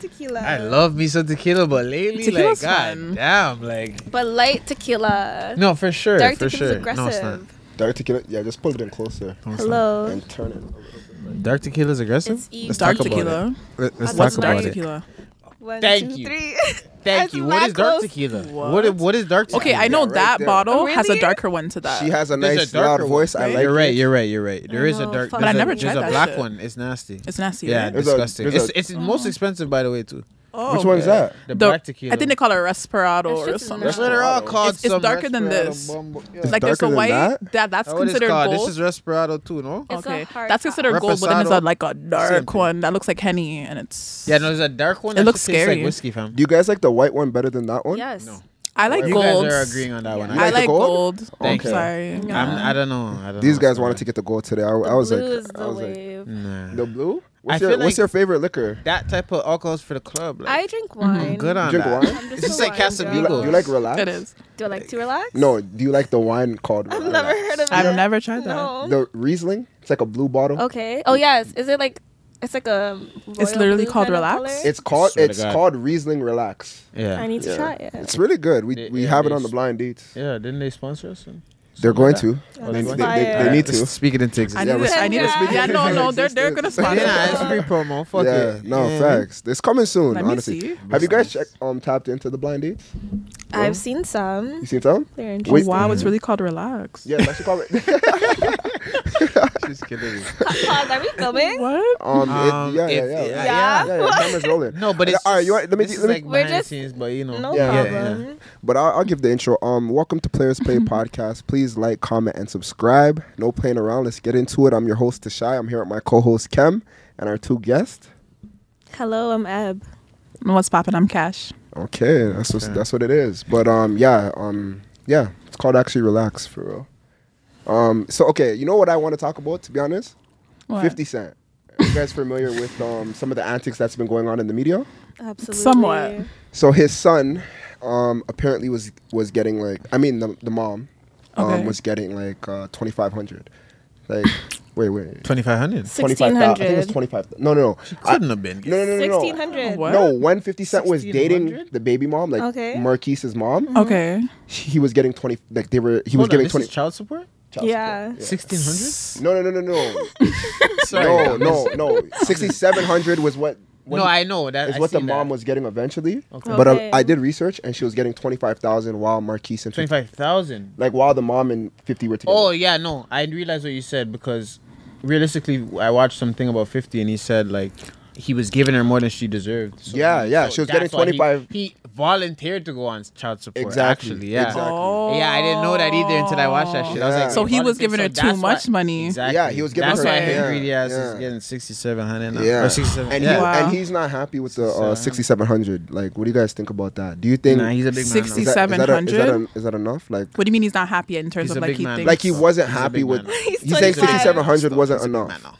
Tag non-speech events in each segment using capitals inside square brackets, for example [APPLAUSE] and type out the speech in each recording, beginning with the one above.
tequila. I love me some tequila, but lately, Tequila's like, fun. god damn, like, But light tequila. no, for sure, Dark for tequila's sure. aggressive. No, it's not. Direct tequila, yeah, just pull it in closer No, it's not. Hello. and turn it. a little bit. Dark tequila is aggressive. It's easy. Let's Dark talk about tequila. it. Let- Let's What's talk dark about it. tequila? One, Thank two, you. [LAUGHS] three. Thank That's you. What mad is dark close. tequila? What? What? i- What is dark tequila? Okay, I know right that there. bottle Oh, has a Really? darker one to that. She has a There's nice a darker loud voice. one. I Right? like You're it. right. You're right. You're right. There is a know, dark. fuck. there's But a- I never There's tried a that black shit. one. It's nasty. it's nasty. Yeah, right? There's a- disgusting. there's a- it's it's most expensive, by the way, too. Oh, Which one's okay. that? The, The- black tequila. I think they call it Respirado It's or just something. That's nasty. what they're all called. It's- it's some darker than Respirado this. bumbo- Yeah. Like there's a darker than white that? that that's That's what it's considered called. gold. This is Respirado too, no? It's a okay, hard that's top. considered gold, but then there's Reposado. a, like a Same dark thing. one that looks like henny, and it's Yeah, no, there's a dark one. It that looks tastes scary. like whiskey, fam. Do you guys like the white one better than that one? Yes. No. I like you gold. guys are agreeing on that one. You I I, like the like gold? gold. Thank I'm you. sorry. No. I'm, I don't know. I don't These know. guys wanted to get the gold today. I, I was like, Blue is the I was like, wave. Nah. the I blue. What's, feel your, what's like- your favorite liquor? that type of alcohol's for the club. Like, I drink wine. I'm mm, good on Drink that. wine? I'm just It's just a like wine girl. Do you, Casamigos. like, do you like relax? It is. Do I like to relax? No. Do you like the wine called? I've relax? never heard of that. I've never tried that. No. The Riesling. It's like a blue bottle. Okay. Oh yes. Is it like? It's like a. It's royal literally blue called kind of Relax? color? It's called. Swear to it's God. called Riesling Relax. Yeah. I need to Yeah. try it. It's really good. We They- we yeah, have it they on the s- blind dates. yeah, didn't they sponsor us? They're going to. Oh, They, that's they, they, fire. they need to. Speaking into I existence. need Yeah, it. we're- I need it. Yeah. Yeah, no, no, they're they're gonna Existence. [LAUGHS] [LAUGHS] sponsor. Yeah, it's us. free promo. Fuck yeah, it. no yeah. [LAUGHS] facts. It's coming soon. Let me honestly, see. have you guys checked um tapped into the blind dates? I've seen some. You seen some? They're Wait. interesting. Wow, it's really called Relax. Yeah, that's called it. She's kidding. [LAUGHS] Pause. Are we [LAUGHS] filming? What? Um, Um, it, yeah, if- yeah, yeah, yeah, yeah, yeah, yeah. yeah, Camera's rolling. No, but it's. all right. You want, let me this do- is let me. like We're behind just- the scenes, but you know. No Yeah. Yeah, problem. but I'll, I'll give the intro. Um, welcome to Players Play podcast. Please like, comment, and subscribe. No playing around. Let's get into it. I'm your host Tashai. I'm here with my co-host Kem and our two guests. Hello, I'm Eb. What's poppin'? I'm Cash. Okay, that's what, Okay. that's what it is. But um, yeah, um, yeah, it's called actually relax for real. Um, so okay, you know what I want to talk about? To be honest, What? Fifty Cent. Are you guys familiar with um some of the antics that's been going on in the media? Absolutely. Somewhat. So his son, um, apparently was was getting like I mean the the mom, um, Okay. was getting like uh, twenty five hundred, like wait wait. 2500. Six- 25,000. I think it was 1600. 25. No, no, no. She couldn't have been. No, no, no, no. Sixteen no. hundred. What? No, when 50 Cent was dating 1600? the baby mom, like Okay. Oh. Marquise's mom, Okay. he was getting 20 like they were he was Hold on, giving this 20 is child support? child Yeah. support. 1600? no no no no [LAUGHS] no [LAUGHS] no Sorry, no no 6700 was what No, I know. That, is I what the seen mom that. was getting eventually Okay. but uh, Okay. i did research and she was getting 25000 while marquise and 50, 25,000. like while the mom and 50 were together Oh yeah, no, I realized what you said because realistically, I watched something about Fifty, and he said like he was giving her more than she deserved. So- Yeah, yeah, she was getting that's why he- 25 He, volunteered to go on child support. Exactly, Actually, yeah. exactly. Oh. Yeah, I didn't know that either until I watched that shit. I was Yeah. like, So he volunteered, was giving her too that's why- much money. Exactly. Yeah, he was giving that's her- why yeah, her greedy ass yeah. is getting sixty seven hundred now. yeah Or sixty seven. and, yeah. he, Wow. and he's not happy with the 67. uh, 6700 like what do you guys think about that do you think Nah, he's a big man. now. 60 is that- is that a- is that 700? a- is that enough like What do you mean he's not happy in terms He's of a like big he man. thinks? like he wasn't He's a happy big with [LAUGHS] man now. He's you 25. think 6700 wasn't He's a big enough man now.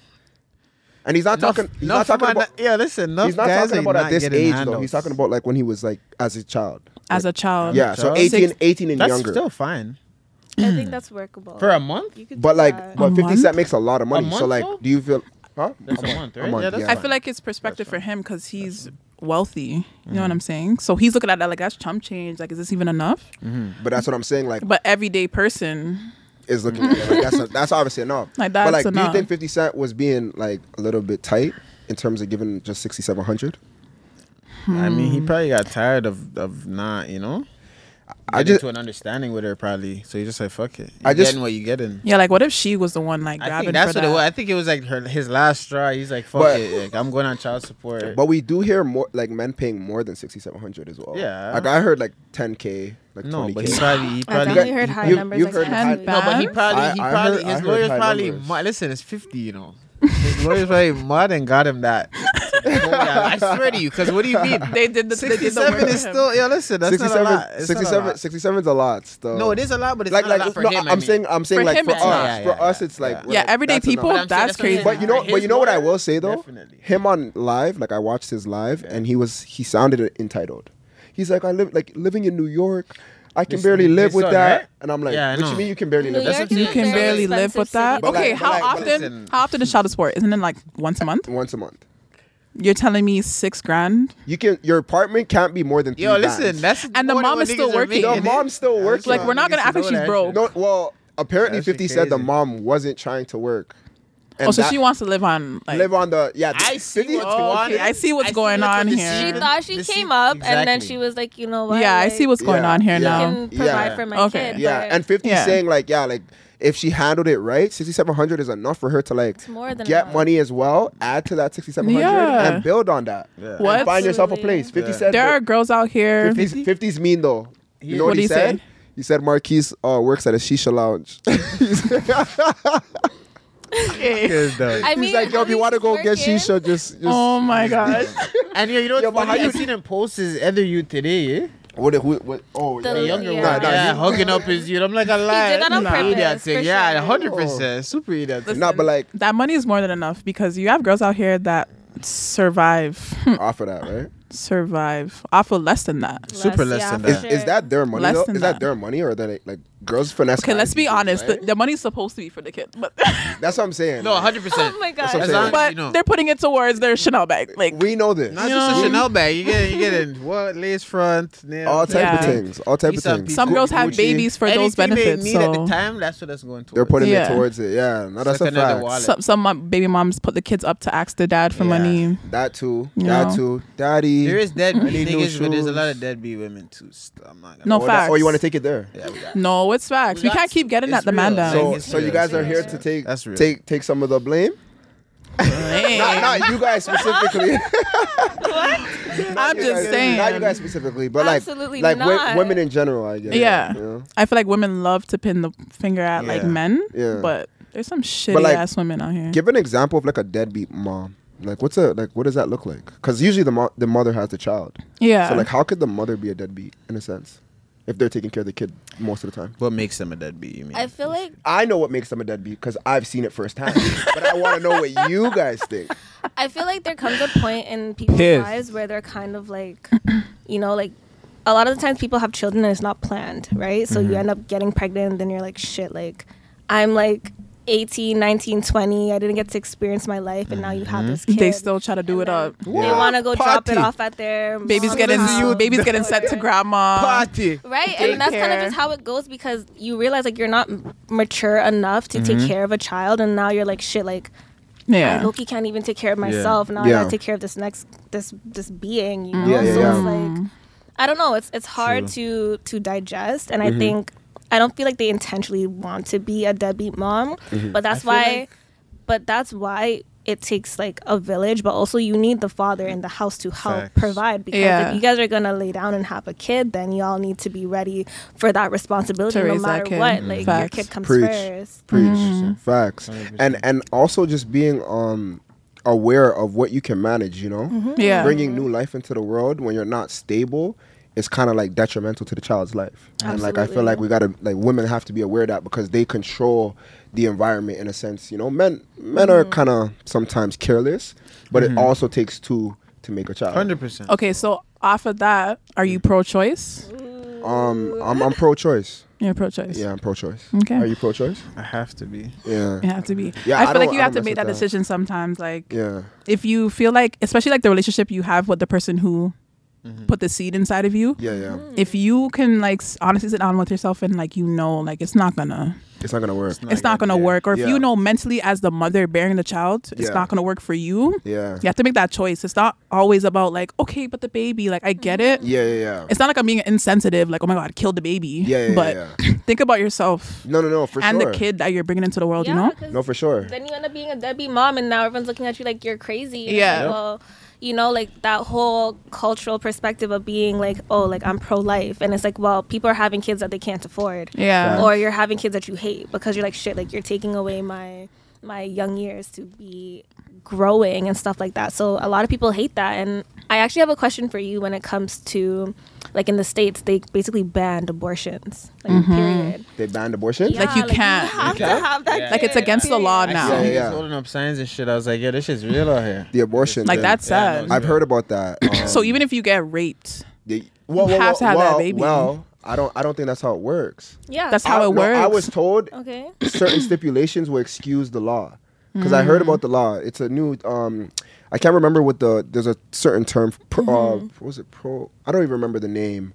and he's not Enough- talking he's enough not talking man- about yeah, listen, enough he's not guys talking are about at not this getting age though. handouts. He's talking about like when he was like as a child. as a child. yeah, so child? 18, Six- 18 and That's younger. still fine I think that's workable. for a month. You could do but like, that. but A 50 Cent month? makes a lot of money. so month, like, though? do you feel? Huh? That's a month, right? month, yeah, that's yeah. I fine. feel like it's perspective for him because he's wealthy. You Mm-hmm. know what I'm saying? So he's looking at that like that's chump change. Like, is this even enough? But that's what I'm saying. Like, But everyday person, is looking at it, like that's that's obviously enough. [LAUGHS] Like, but that's like, do you enough. think 50 Cent was being like a little bit tight in terms of giving just 6700? I mean, he probably got tired of of not, you know. I I just- just to an understanding with her probably, so he just like fuck it. I I just- just getting what you getting. yeah. Like, what if she was the one like I grabbing think that's for what that? it was. I think it was like her, his last straw. He's like, fuck But- it, like, I'm going on child support. But we do hear more like men paying more than 6700 as well. Yeah. Like I heard like 10k, like no, 20k. but he probably, he I've probably, definitely you- heard high you- numbers. you like heard that. ten no, but he Bad? probably, I- he I probably, heard- I his heard lawyers high probably, numbers. mo- listen, it's 50, you [LAUGHS] know. His lawyers probably mod and got him [LAUGHS] that. I swear to you, because what do you mean? They did the they did the 67 work is for him. still, yeah, listen, that's not a 67, lot. It's not a 67, lot. 67 is a lot. Still. No, it is a lot, but it's like not like a lot for no, him. I I'm mean. saying I'm saying For like him, for us it's not. Yeah, for yeah, us yeah. it's like Yeah. we're Yeah, like, everyday that's enough. people. But I'm saying that's that's what I'm crazy. saying. But you know, His but you know what I will say though. Definitely. Him on live, like I watched his live, and he was he sounded entitled. He's like, I live like living in New York. I can This- barely this live with one, that, right? and I'm like, Yeah, I what you know. mean you can barely New live? York That's what is you you a It's can very barely live expensive with that. city. But okay, like- how but like- but often? listen. how often is child support? Isn't it like once a month? once a month. You're telling me six grand? You can your apartment can't be more than three Yo, listen, bands. that's And the more than mom what is still niggas are working. making, The innit? mom's still That's working. what Like, we're not niggas gonna act know like she's that broke. shit. no. Well, apparently, That shit Fifty said the crazy. mom wasn't trying to work. And Oh, so that- she wants to live on like live on the yeah. Oh, I see 50 what's okay, going on. I see what's going what on the here. She season- thought she the se- came up and then Exactly. she was like, you know what? Yeah, I see like, what's going Yeah, on here yeah. I now. can provide Yeah. for my Okay. kid. Yeah, but and 50 Yeah. saying like, yeah, like if she handled it right, 6700 is enough for her to like It's more than get enough. money as well, add to that 6700 Yeah. and build on that. Yeah. What? And find yourself a Absolutely. place. 50 Yeah. said There are girls out here. 50's, 50's mean though. You know What what, did he he said? say? He said Marquise uh, works at a shisha lounge. [LAUGHS] Kids, though. I mean, He's like, yo, if you want to go get shisha, just, just [LAUGHS] Oh my gosh. And yo, you know Yo, what's but how funny? you- I seen him post his other youth today, eh? what, who, what, oh, The yeah, The yeah, younger yeah. one, Nah, nah, yeah, you- hugging up his youth. I'm like, I lied. that on Nah. purpose, Idiot thing. for Yeah, sure. hundred percent, super idiot thing. [LAUGHS] Nah, but like that money is more than enough because you have girls out here that survive, [LAUGHS] off of that, right? survive off of less than that. Super less than for Is, that. is that their money? Less Though? Is than that. that. their money or that like girls finesse? Okay, let's guys be these days, honest. right? The, the money's supposed to be for the kid, but That's what I'm saying. No, like, hundred percent. Oh my That's god. As what I'm saying. long- [LAUGHS] but you know. they're putting it towards their Chanel bag. Like we know this. Not just Yeah. a Chanel bag. You get, you get [LAUGHS] in what lace front, nails, all type Yeah. of things. All type Piece of of things. pizza. some Gu- girls have Gucci. babies for those Anything benefits. They need at so the time, that's what that's going to. They're putting Yeah. it towards it. Yeah, no, that's Set a another fact. wallet. some some mom, baby moms put the kids up to ask their dad for Yeah. money. That too. Yeah. That too. Daddy. There is deadbeat need new niggas, but there's a lot shoes. of deadbeat women too. so I'm not gonna No oh, that- oh, facts. you want to take it there? Yeah, we got- No, it's facts. We That's- can't keep getting it's that demand real. [LAUGHS] down. So, it's so real, you guys it's are real. here to take That's real. take take some of the blame. Dang. Not, not you [LAUGHS] guys specifically. I'm [LAUGHS] You just guys- saying. Not you guys specifically, but like Absolutely like wo- not. women in general. I guess. Yeah. you know? I feel like women love to pin the finger at like Yeah. men, Yeah. but there's some shitty like, ass women out here. Give an example of like a deadbeat mom. Like what's a like what does that look like? Because usually the mo- the mother has the child. yeah. So like how could the mother be a deadbeat in a sense if they're taking care of the kid most of the time? What makes them a deadbeat? You mean? I feel like I know what makes them a deadbeat because I've seen it firsthand. but I want to know what you guys think. I feel like there comes a point in people's Pissed. lives where they're kind of like, [CLEARS THROAT] you know, like a lot of the times people have children and it's not planned, right? So you end up getting pregnant and then you're like, shit, like I'm like 18, 19, 20. I didn't get to experience my life and now you have this kid. Mm-hmm. they still try to do it up. They Yeah. want to go drop it Party. off at their Baby's mom's getting house. baby's getting [LAUGHS] sent to grandma. party. Right, and that's kind of daycare. just how it goes because you realize like you're not m- mature enough to take care of a child, and now you're like shit. Like I Yeah. Loki can't even take care of myself. Now I Yeah. gotta take care of this next this this being. You Mm-hmm. know, Yeah, yeah, so yeah. it's like I don't know. It's it's hard to to digest, and Mm-hmm. I think I don't feel like they intentionally want to be a deadbeat mom, Mm-hmm. but that's feel why. like- but that's why it takes like a village, but also you need the father in the house to help Facts. provide because Yeah. if you guys are gonna lay down and have a kid, then y'all need to be ready for that responsibility To no raise that matter kid. what. Like your Facts. kid comes Preach. first. Preach facts, 100%. and and also just being um aware of what you can manage. You know, Yeah. bringing new life into the world when you're not stable is kind of like detrimental to the child's life. And like I feel Absolutely. like we gotta like women have to be aware of that because they control the environment in a sense. You know, men men Mm-hmm. are kind of sometimes careless, but it also takes two to make a child. Mm-hmm. Hundred percent. Okay, so off of that, are you pro choice? Um, I'm I'm pro-choice. You're pro choice. Yeah, I'm pro-choice. Okay. Are you pro-choice? I have to be. Yeah. You have to be. Yeah, I I feel don't- like you I have to don't mess make with that that. decision sometimes. Like Yeah. if you feel like especially like the relationship you have with the person who put the seed inside of you. Yeah, yeah. If you can like s- honestly sit down with yourself and like you know like it's not gonna It's not gonna work. not it's not gonna gonna be. work or if Yeah. you know mentally as the mother bearing the child it's Yeah. not gonna work for you Yeah. you have to make that choice it's not always about like okay but the baby like i get it Mm-hmm. Yeah, yeah, yeah. it's not like i'm being insensitive like oh my god kill the baby Yeah, yeah, but yeah, think about yourself No, no, no, for and sure. the kid that you're bringing into the world you know 'cause No, for sure. then you end up being a deadbeat mom and now everyone's looking at you like you're crazy And Yeah. it's like, well you know like that whole cultural perspective of being like oh like i'm pro-life and it's like well people are having kids that they can't afford yeah or you're having kids that you hate because you're like shit like you're taking away my my young years to be growing and stuff like that so a lot of people hate that and i actually have a question for you when it comes to like in the states they basically banned abortions like Mm-hmm. period They banned abortion. Like, you can't. you have You to can't? have that Yeah. like it's kid, against the law period. now Yeah, Yeah, yeah. Holding up signs and shit. I was like, yeah, this shit's real out here. The abortion. like thing. that's Yeah, I know sad it's I've heard about [CLEARS THROAT] that. Um, Oh, so even if you get raped the, well, well, have to have that well, baby. Well, I don't. I don't think that's how it works. yeah That's how I, it no, I works. Oh. was told Okay. Mm. certain stipulations will excuse the law because I heard about the law. It's a new. Um, I I can't remember what the there's a certain term. Pro, uh, Mm-hmm. what was it pro? I don't even remember the name.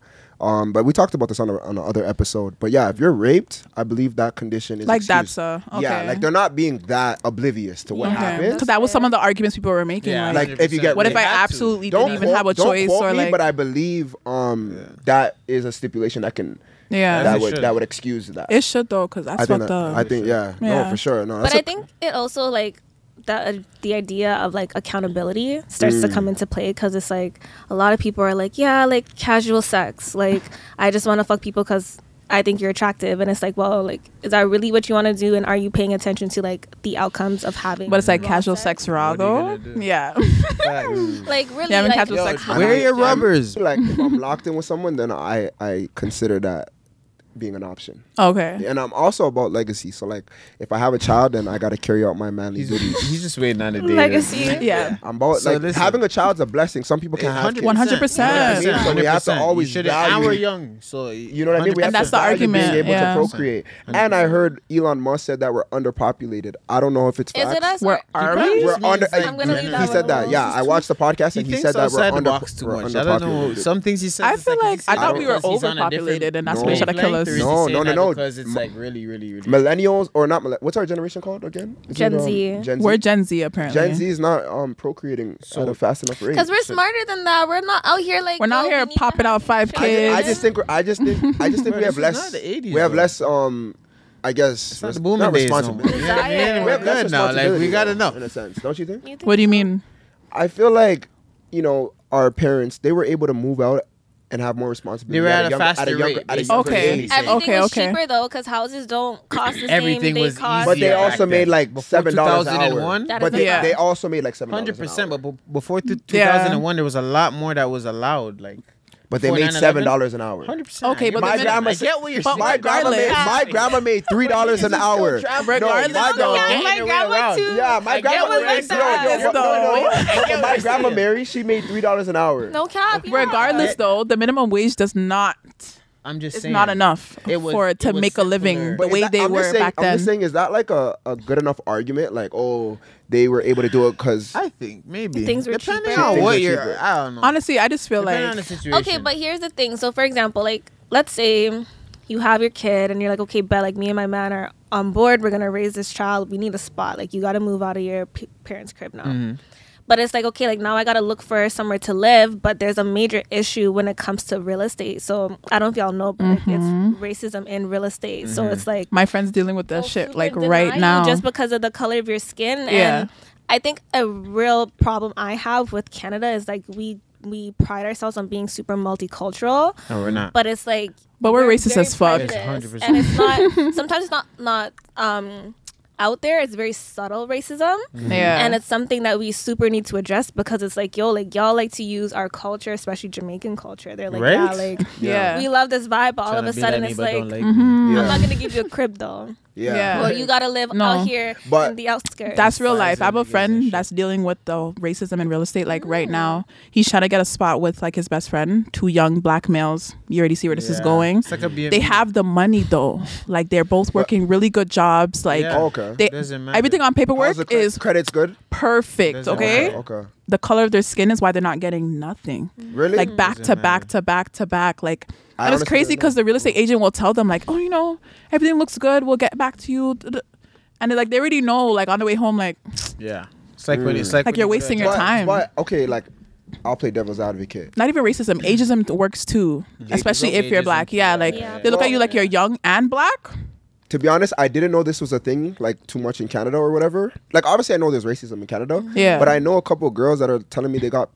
Um, but we talked about this on a, on another episode. But yeah, if you're raped, I believe that condition is Like that's excused. a- yeah, okay. like they're not being that oblivious to what Okay. happened. Because that was some of the arguments people were making. Yeah, like, Like, if you get 100%. what if I They had to. absolutely don't didn't even quote- have a don't choice quote or me, like, but I believe um that is a stipulation that can yeah, that it would should. that would excuse that. it should though because that's I think what that- the I think yeah, no Yeah. for sure no. but that's I a- think it also like that uh, the idea of like accountability starts to Mm. come into play because it's like a lot of people are like, yeah, like casual sex, like I just want to fuck people because I think you're attractive, and it's like, well, like is that really what you want to do, and are you paying attention to like the outcomes of having? but it's like raw casual sex raw What are you though. gonna do? Yeah, [LAUGHS] Facts. Like really, Yeah, I mean, like, casual Yo, sex. [LAUGHS] it's- Where are your I'm- rubbers? [LAUGHS] Like if I'm locked in with someone, then I I consider that being an option. Okay. And I'm also about legacy. So like if I have a child, then I got to carry out my manly he's, [LAUGHS] duties. he's just waiting on a date. legacy. Yeah. I'm about So like listen. having a child's a blessing. Some people can't have kids. 100%. You know what I mean? So we have to always should value- And we're young, so You know what I mean? We And have that's to the value argument, Being able yeah. to procreate. And I heard Elon Musk said that we're underpopulated. I don't know if it's Is facts. it us? We're or- ar- We're Means under. uh, like I'm gonna leave he that said one that. alone. Yeah, I watched the podcast He and he, thinks said that we're outside the under. box too we're much. I don't know. underpopulated. Some things he says. I it's feel like- he's- I don't thought know we were because he's on a different overpopulated and that's why we tried to kill wavelength, us. or is he No, saying no, no, that no. Because it's like really, really, really. millennials or not? Millenn- What's our generation called again? Is Gen it, um, Z. Gen Z. We're Gen Z apparently. Gen Z is not um, procreating at a fast enough rate. Because we're smarter than that. We're not out here like We're not yo, here we need to popping have out five children. kids. I just think we're, I just think I [LAUGHS] just think Bro, we have this is less. not the 80s, we have though. less. Um, I guess It's not res- the booming not days. No more. responsibility. Yeah, yeah, Desire. yeah, we're We have less good now. Like we responsibility, got though, enough. in a sense, don't you think? You think What do you so? mean? I feel like you know our parents they were able to move out and have more They responsibility. were at a young- faster younger, rate, At a basically. younger Okay. age. Everything Okay, was okay. cheaper though, because houses [CLEARS THROAT] don't cost the same. Everything they was cost. easier But they Yeah, also back made then. like Before seven dollars an hour. 2001? That But is they, not- they also made like seven Hundred dollars an percent. hour. But be- before two Yeah. thousand and one, there was a lot more that was allowed. Like, But they before made 9/11? seven dollars an hour. Hundred percent. Okay, but My the grandma I said- get what you're but saying. My grandma made Regardless. my grandma made three dollars an hour. No, my Regardless, though, yeah, grandma. my grandma too. Yeah, my I get grandma. what Yo, you're yo, saying. yo, no, I no, get no. what My you're grandma saying. Mary, she made three dollars an hour. No cap. yeah. Regardless though, the minimum wage does not. I'm just It's saying. not enough It was- for it to it was make a living simpler. the But is way that- they I'm just were saying- back I'm then. just saying, is that like a, a good enough argument? Like, oh, they were able to do it because I think maybe Things were depending cheaper. on Things were what you're. cheaper. I don't know. Honestly, I just feel depending on the like situation. Okay, but here's the thing. So, for example, like let's say you have your kid and you're like, okay, bet like me and my man are on board. We're gonna raise this child. We need a spot. Like you got to move out of your p- parents' crib now. Mm-hmm. But it's like okay, like now I gotta look for somewhere to live. But there's a major issue when it comes to real estate. So I don't know if y'all know, but Mm-hmm. like, it's racism in real estate. So Mm-hmm. it's like my friends dealing with that will shit super like deny right you now. just because of the color of your skin Yeah. and i think a real problem i have with canada is like we we pride ourselves on being super multicultural no, we're not. but it's like But we're very racist as fuck. prejudiced, Yes, 100%. and it's [LAUGHS] not sometimes it's not not um out there it's very subtle racism yeah, and it's something that we super need to address because it's like yo like y'all like to use our culture especially jamaican culture they're like yeah Right? like yeah. we love this vibe but all of Tryna a be sudden that it's neighbor, like don't mm-hmm. me. i'm not yeah, gonna give you a crib though yeah, Yeah. well, you gotta live No. out here But- in the outskirts. That's real Size life. I have and niggas a and friend shit. that's dealing with the racism in real estate. Like right now, he's trying to get a spot with like his best friend, two young black males. You already see where this is Yeah. going. It's like a They BME. have the money though. Like they're both working really good jobs. Like Yeah. Okay. they, Doesn't matter. everything on How's paperwork the cre- is credits good? perfect. Doesn't Okay, matter. Okay, the color of their skin is why they're not getting nothing. really? Like back Doesn't to back matter. to back to back. Like Mm-hmm. I and it's honestly crazy don't know. because the real estate agent will tell them like, oh, you know, everything looks good. We'll get back to you. And they're like they already know. Like on the way home, like. Yeah. It's like when it's like Like when you're you go wasting to- your But- time. But okay, like I'll play devil's advocate. not even [CLEARS THROAT] racism, ageism works too, especially if you're Ageism. black. Yeah, like Yeah. they look at you like you're young and black. To be honest, I didn't know this was a thing like too much in Canada or whatever. Like obviously, I know there's racism in Canada. Yeah. But I know a couple of girls that are telling me they got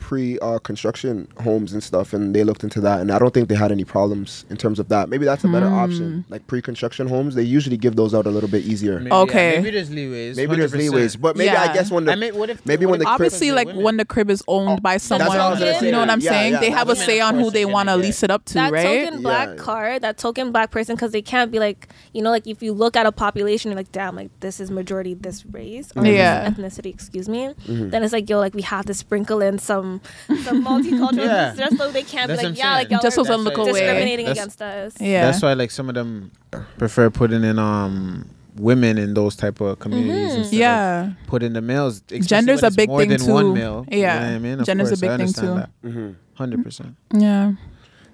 pre-construction homes and stuff, and they looked into that, and I don't think they had any problems in terms of that. Maybe that's a better option. Hmm. Like pre-construction homes, they usually give those out a little bit easier. Maybe, yeah, Okay. maybe there's leeways. Maybe there's 100%. leeways, but maybe I Yeah. guess when the I mean, what if- maybe what when the if- crib- Oh, Obviously, they're like women. when the crib is owned by someone, what I was gonna you know say. what I'm Yeah, saying? yeah, they that's have a what I say meant. on Of who course they they want to can do lease that. it up to, that right? token black Yeah. card, that token black person, because they can't be like, you know, like if you look at a population, you're like, damn, like this is majority this race or Yeah. this ethnicity, excuse me. Mm-hmm. Then it's like, yo, like we have to sprinkle in some some [LAUGHS] multicultural Yeah. just so they can't That's be what I'm like, yeah, like saying. y'all Just are so some look away. discriminating That's- against us. yeah, That's why like some of them prefer putting in um women in those type of communities. instead of Mm-hmm. yeah. putting the males. especially Gender's when a it's big more thing than too. One male. you know Yeah. what I mean, Of Gender's a course, I big thing understand Mhm. that. Hundred percent. Yeah.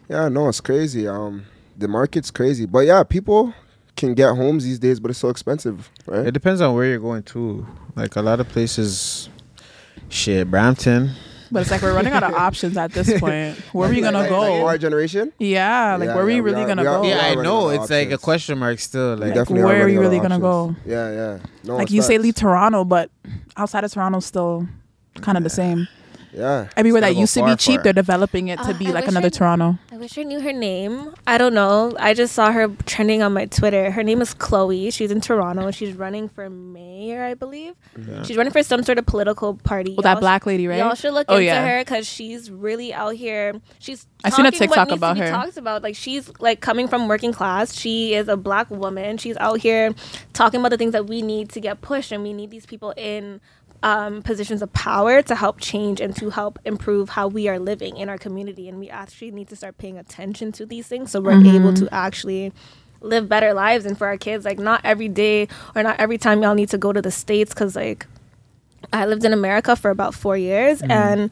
Yeah, no, it's crazy. Um, the market's crazy, but yeah, people can get homes these days, but it's so expensive, right? It depends on where you're going to. Like a lot of places, shit, Brampton. But it's like we're running out [LAUGHS] of options at this point. Where are you Like- gonna like- like go? our generation. yeah, like Yeah, where are yeah, you we really are- gonna we are- go? we Yeah, are I running know. out of It's like a options. question mark still. We Like definitely where are running you out of really gonna options. Yeah, yeah. No, Like it's you say, facts. leave Toronto, but outside of Toronto, still kind of the same. Yeah, Everywhere gotta that go used to far, be cheap, far. they're developing it to Uh, be I like wish another I- Toronto. I wish I knew her name. I don't know. I just saw her trending on my Twitter. Her name is Chloe. She's in Toronto and she's running for mayor, I believe. She's running for some sort of political party. Well, that Y'all sh- black lady, right? Y'all should look Oh, into yeah. her because she's really out here. She's I seen a talking TikTok what needs about to be her. Talked about like she's like coming from working class. She is a black woman. She's out here talking about the things that we need to get pushed, and we need these people in um, positions of power to help change and to help improve how we are living in our community. And we actually need to start paying attention to these things so we're Mm-hmm. able to actually live better lives and for our kids like not every day or not every time y'all need to go to the states because like I lived in America for about four years, and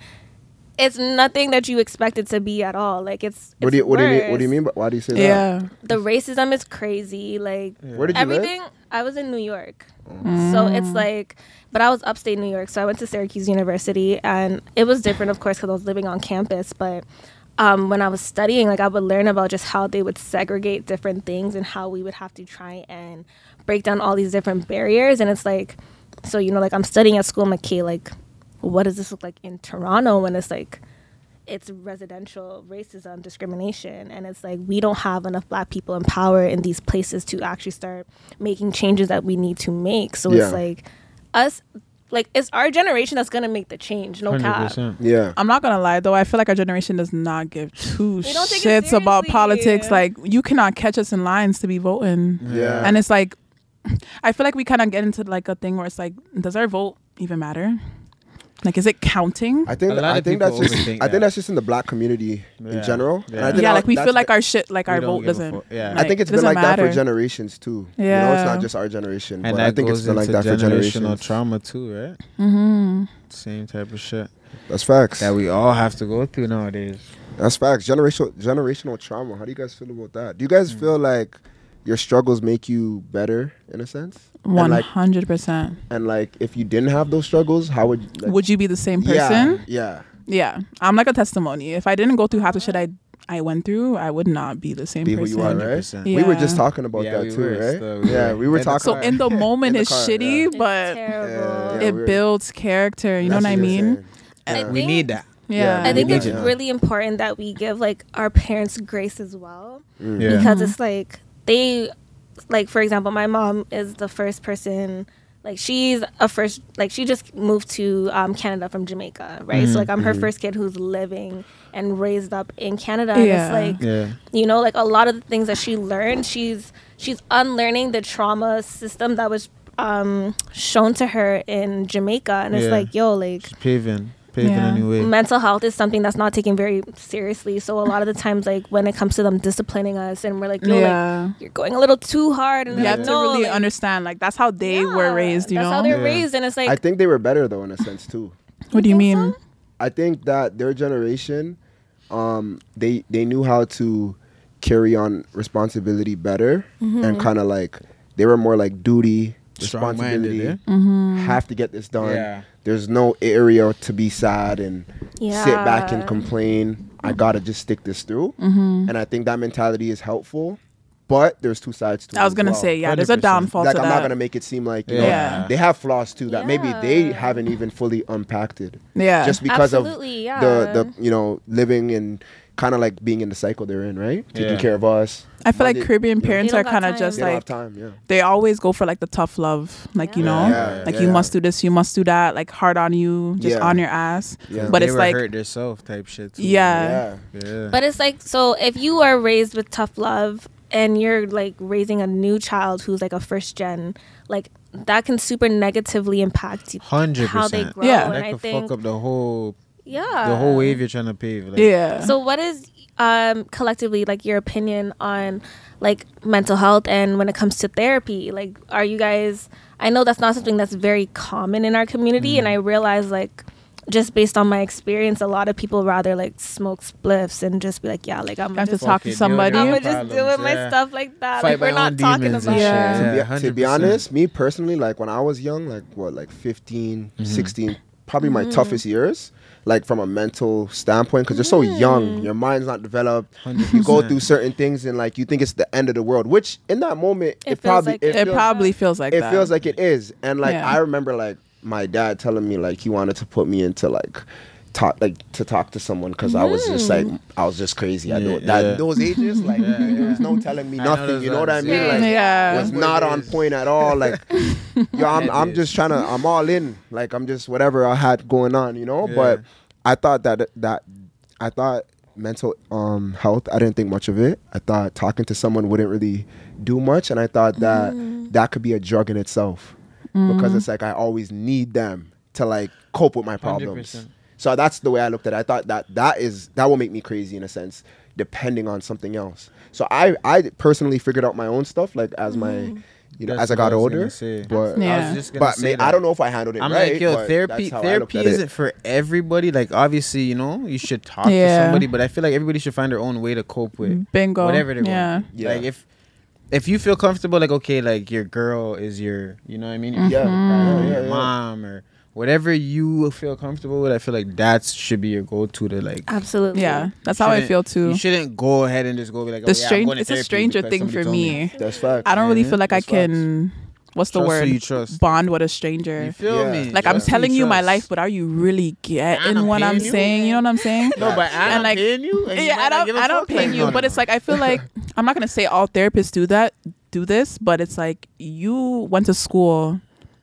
it's nothing that you expect it to be at all. Like it's, What it's do you What do you mean? What worse. do you mean? By, why do you say that? Yeah. The racism is crazy. Like Where did you everything. I was in New York, so it's like, but I was upstate New York, so I went to Syracuse University, and it was different, of course, because I was living on campus, but. Um, when I was studying, like I would learn about just how they would segregate different things and how we would have to try and break down all these different barriers. And it's like, so you know, like I'm studying at school, I'm like, okay, like, what does this look like in Toronto? When it's like, it's residential racism, discrimination, and it's like we don't have enough black people in power in these places to actually start making changes that we need to make. So Yeah. it's like us, like it's our generation that's gonna make the change. No Hundred cap. percent. Yeah. I'm not gonna lie though, I feel like our generation does not give two They don't take it shits about seriously. politics. Like you cannot catch us in lines to be voting. Yeah. And it's like I feel like we kinda get into like a thing where it's like, does our vote even matter? Like is it counting? I think A lot I of think that's people just overthink I think that. that's just in the black community Yeah. in general. And Yeah. I think yeah, I- like we that's feel like the- our shit like We our don't vote give a doesn't. fuck. Yeah. I I think it's been doesn't like that for matter. generations too. You know, Yeah. it's not just our generation, And but I that think it's goes been into like that for generational generations. trauma too, right? Same type of shit That's facts. that we all have to go through nowadays. That's facts. Generational generational trauma. How do you guys feel about that? Do you guys Mm. feel like your struggles make you better in a sense? One And like hundred percent. and like if you didn't have those struggles, how would you like, Would you be the same yeah, person? Yeah. Yeah. I'm like a testimony. If I didn't go through half the shit I I went through, I would not be the same Be who person. you are, right? 100%. We were Yeah. just talking about Yeah, that we too, were right? still- we yeah, were we were in the talking So in the moment [LAUGHS] In the it's car, yeah. shitty, It's but terrible. Yeah, it we're- builds character. You know That's what I what I'm mean? saying. I We think- need that. Yeah. I think Yeah. it's really important that we give like our parents grace as well. Yeah. because it's like they like for example my mom is the first person like she's a first like she just moved to um, canada from jamaica right so like i'm Mm-hmm. her first kid who's living and raised up in canada and Yeah. it's like Yeah. you know like a lot of the things that she learned she's she's unlearning the trauma system that was um shown to her in jamaica and it's Yeah. like yo like Paving. Paving Yeah. a new way. mental health is something that's not taken very seriously. So a lot of the times, like when it comes to them disciplining us, and we're like, "Yo, Yeah. like you're going a little too hard," and You they're have like, to no, really like, understand. Like that's how they were yeah, raised. You that's how know. they're Yeah. raised, and it's like I think they were better though in a sense too. What do you think mean? so? I think that their generation, um, they they knew how to carry on responsibility better Mm-hmm. and kind of like they were more like duty Strong-minded, responsibility. eh? Mm-hmm. Have to get this done. Yeah. There's no area to be sad and sit back and Yeah. complain. I gotta just stick this through. Mm-hmm. And I think that mentality is helpful, but there's two sides to it. I was as gonna well. say yeah. There's a 100%. downfall Like to I'm that. not gonna make it seem like you know, Yeah. they have flaws too that maybe they Yeah. haven't even fully unpacked yeah. just because Absolutely, yeah. of the the you know living and kind of like being in the cycle they're in, right? Taking Yeah. care of us. I feel like Monday- Caribbean They parents don't are have kind of time. just They don't have like time. Yeah. they always go for like the tough love. Like you Yeah. know, Yeah, like yeah, you yeah. must do this, you must do that. Like hard on you, just Yeah. on your ass. Yeah. But they it's were like hurt yourself type shit too. yeah. Yeah. Yeah. But it's like so if you are raised with tough love and you're like raising a new child who's like a first gen, like that can super negatively impact you. Hundred How they percent. grow, Yeah. and That I could think, fuck up the whole yeah, the whole wave you're trying to pave. Like, Yeah. So what is um, collectively like your opinion on like mental health and when it comes to therapy? Like, are you guys? I know that's not something that's very common in our community, Mm. and I realize like just based on my experience, a lot of people rather like smoke spliffs and just be like, yeah, like I'm I have to just. Fuck talk it, to deal somebody. with I'm your gonna just deal with problems, my yeah. stuff like that. Fight like, we're my own not talking demons and about shit. it. Yeah. to, Yeah, be, to be 100%. honest, me personally, like when I was young, like what, like 15, Mm-hmm. 16, probably my toughest years, like from a mental standpoint, because you're so young, your mind's not developed. You go 100%. through certain things and like you think it's the end of the world, which in that moment, It feels it, probably, like it, it. It feels, probably feels like it that. feels like it is. And like, Yeah. I remember like my dad telling me like he wanted to put me into like, Talk, like to talk to someone because I was just like I was just crazy. I Yeah, don't that yeah. those ages like there was no telling me I know nothing. those you know what I ones, mean? yeah. Like Yeah. was Point not on is- point at all. [LAUGHS] Like, yo, I'm, I'm just trying to, I'm all in. Like, I'm just whatever I had going on, you know. But Yeah. I thought that that I thought mental um health. I didn't think much of it. I thought talking to someone wouldn't really do much, and I thought that Mm. that could be a drug in itself Mm-hmm. because it's like I always need them to like cope with my problems. 100%. So that's the way I looked at it. I thought that that is that will make me crazy in a sense, depending on something else. So I I personally figured out my own stuff like as my you know Mm-hmm. That's as I what got was older. gonna say. But Yeah. I was just gonna but say may, I that. don't know if I handled it I'm right. like, yo, but therapy, that's how I looked therapy at it. isn't for everybody. Like, obviously, you know, you should talk Yeah. to somebody, but I feel like everybody should find their own way to cope with Bingo. whatever they're Yeah. going. through. Yeah. Like if if you feel comfortable, like okay, like your girl is your, you know what I mean? Your Yeah. dad Mm-hmm. or Yeah, your yeah, yeah. mom or whatever you feel comfortable with. I feel like that should be your go-to to like. Absolutely. Yeah. That's how I shouldn't- feel too. You shouldn't go ahead and just go be like, The oh, yeah, I'm strange going to it's a therapy stranger because thing somebody for told me. That's fact. I don't really Yeah, feel like I that's facts. can what's the Trust who word? you trust. Bond with a stranger. You feel Yeah. me? like I'm Trust who telling you my trust. life, but are you really getting I'm what I'm paying you. saying? You know what I'm saying? No, but And, I'm like- paying you. and you yeah, might I not don't, give a I don't fuck, pay like, you, no, but no, it's like I feel [LAUGHS] like I'm not gonna say all therapists do that, do this, but it's like you went to school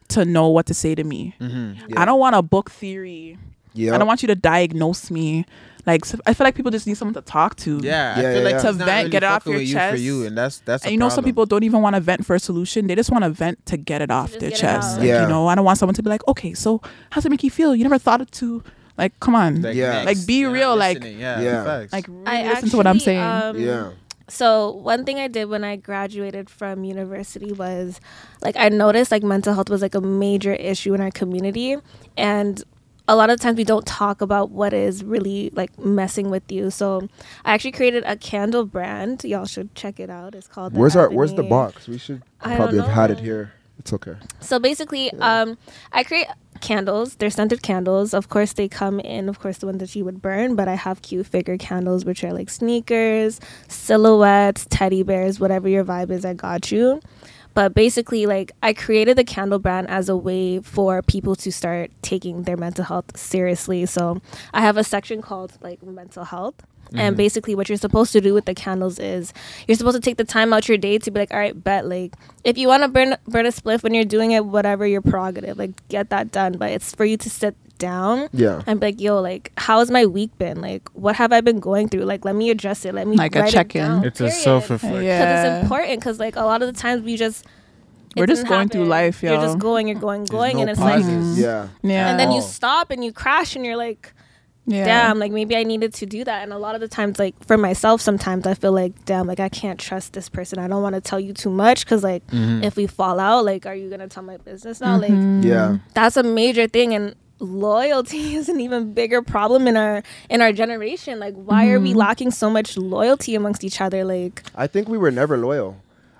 to know what to say to me. Mm-hmm. I don't want a book theory. Yeah. I don't want you to diagnose me. Like s- I feel like people just need someone to talk to. Yeah, I Yeah, feel yeah, like yeah. it's To not vent, really get it off fucking your with chest. You for you, and that's that's. a And you know, some problem. people don't even want to vent for a solution. They just want to vent to get it off Just their get it chest. out. Like, Yeah. You know, I don't want someone to be like, okay, so how's it make you feel? You never thought it to, like, come on. Like, Yeah. next, Like, be you're not real, like- listening. yeah, Yeah. facts. really I listen to what I'm actually, saying. um, Yeah. so one thing i did when i graduated from university was like i noticed like mental health was like a major issue in our community and a lot of times we don't talk about what is really like messing with you so i actually created a candle brand y'all should check it out it's called The Where's our Where's the Ebony. box? We should I don't probably have had it know. here. It's okay. So basically, um, I create candles. They're scented candles. Of course, they come in, of course, the ones that you would burn, but I have cute figure candles, which are like sneakers, silhouettes, teddy bears, whatever your vibe is, I got you. But basically, like, I created the candle brand as a way for people to start taking their mental health seriously. So I have a section called, like, mental health. And basically, what you're supposed to do with the candles is you're supposed to take the time out your day to be like, all right, bet. Like, if you want to burn burn a spliff when you're doing it, whatever your prerogative, like, get that done. But it's for you to sit down Yeah. and be like, yo, like, how has my week been? Like, what have I been going through? Like, let me address it. Let me Like a write it check-in. down, It's a period. self-reflection. Because yeah. it's important. Because like a lot of the times we just it We're just didn't going through happen. life, Mm-hmm. You're yo. just going, you're going, There's going, no and it's pauses. like, Yeah. yeah. and then you Oh. stop and you crash, and you're like, yeah. damn, like maybe I needed to do that. And a lot of the times, like for myself, sometimes I feel like, damn, like I can't trust this person. I don't want to tell you too much because like Mm-hmm. if we fall out, like are you gonna tell my business now? Like Mm-hmm. Mm-hmm. Yeah. that's a major thing and loyalty [LAUGHS] is an even bigger problem in our in our generation like why are we Mm-hmm. lacking so much loyalty amongst each other like I think we were never loyal.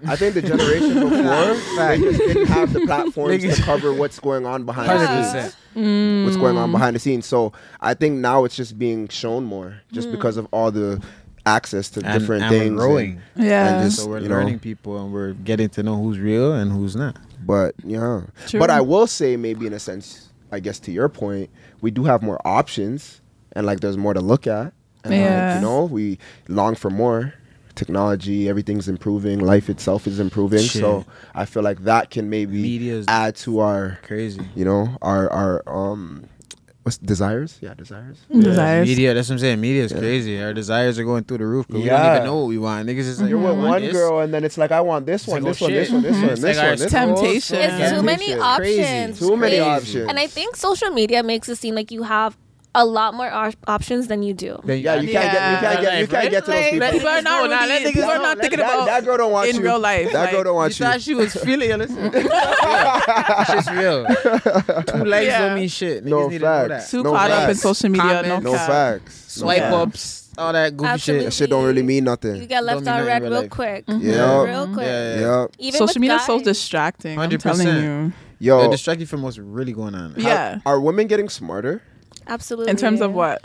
I think the generation [LAUGHS] before they just didn't have the platforms to cover what's going on behind Hundred the scenes. percent. Mm. what's going on behind the scenes. So I think now it's just being shown more, Mm. just because of all the access to And- different and we're things. and- growing. Yeah. and just- So we're you know. learning people, and we're getting to know who's real and who's not. but yeah, True. but I will say maybe in a sense, I guess to your point, we do have more options, and like there's more to look at. And like, Yeah. you know, we long for more. Technology, everything's improving. Life itself is improving. Shit. So I feel like that can maybe Media's- add to our Crazy. you know our our um what's desires yeah desires Desires. Media, that's what I'm saying. Media is crazy. Our desires are going through the roof because we don't Yeah. even know what we want. Niggas is like, You're I with want one this. girl, and then it's like, I want this It's one, like, oh, this one, this shit. one, this Mhm. one, It's this like, one, it's this one. temptation. it's Yeah. too many Crazy. options Too many crazy. options. and i think social media makes it seem like you have a lot more op- options than you do. Then Yeah, you can't get you can't get you can't get to those Like, people. like, People are not No, nah, really- let niggas people are know. not Let- thinking that- about That girl don't want in you. real life, That like, girl don't You want you. thought she was feeling you. [LAUGHS] Listen, shit's real. [LAUGHS] Two likes Yeah. don't mean shit. Niggas No need to know facts. that. too No caught up in facts. social media. Comments. No, No cap. facts. No Swipe facts. ups, all that goofy That Absolutely. shit. shit don't really mean You nothing. get left Don't mean on that red in real real life. quick. Yeah. Real quick. Yeah. Yeah. Even Mm-hmm. Social with media is so guys. distracting. i am 100%. telling you. They Yo, distract you from what's really going on. how- Yeah. Are women getting smarter? Absolutely. In terms of what?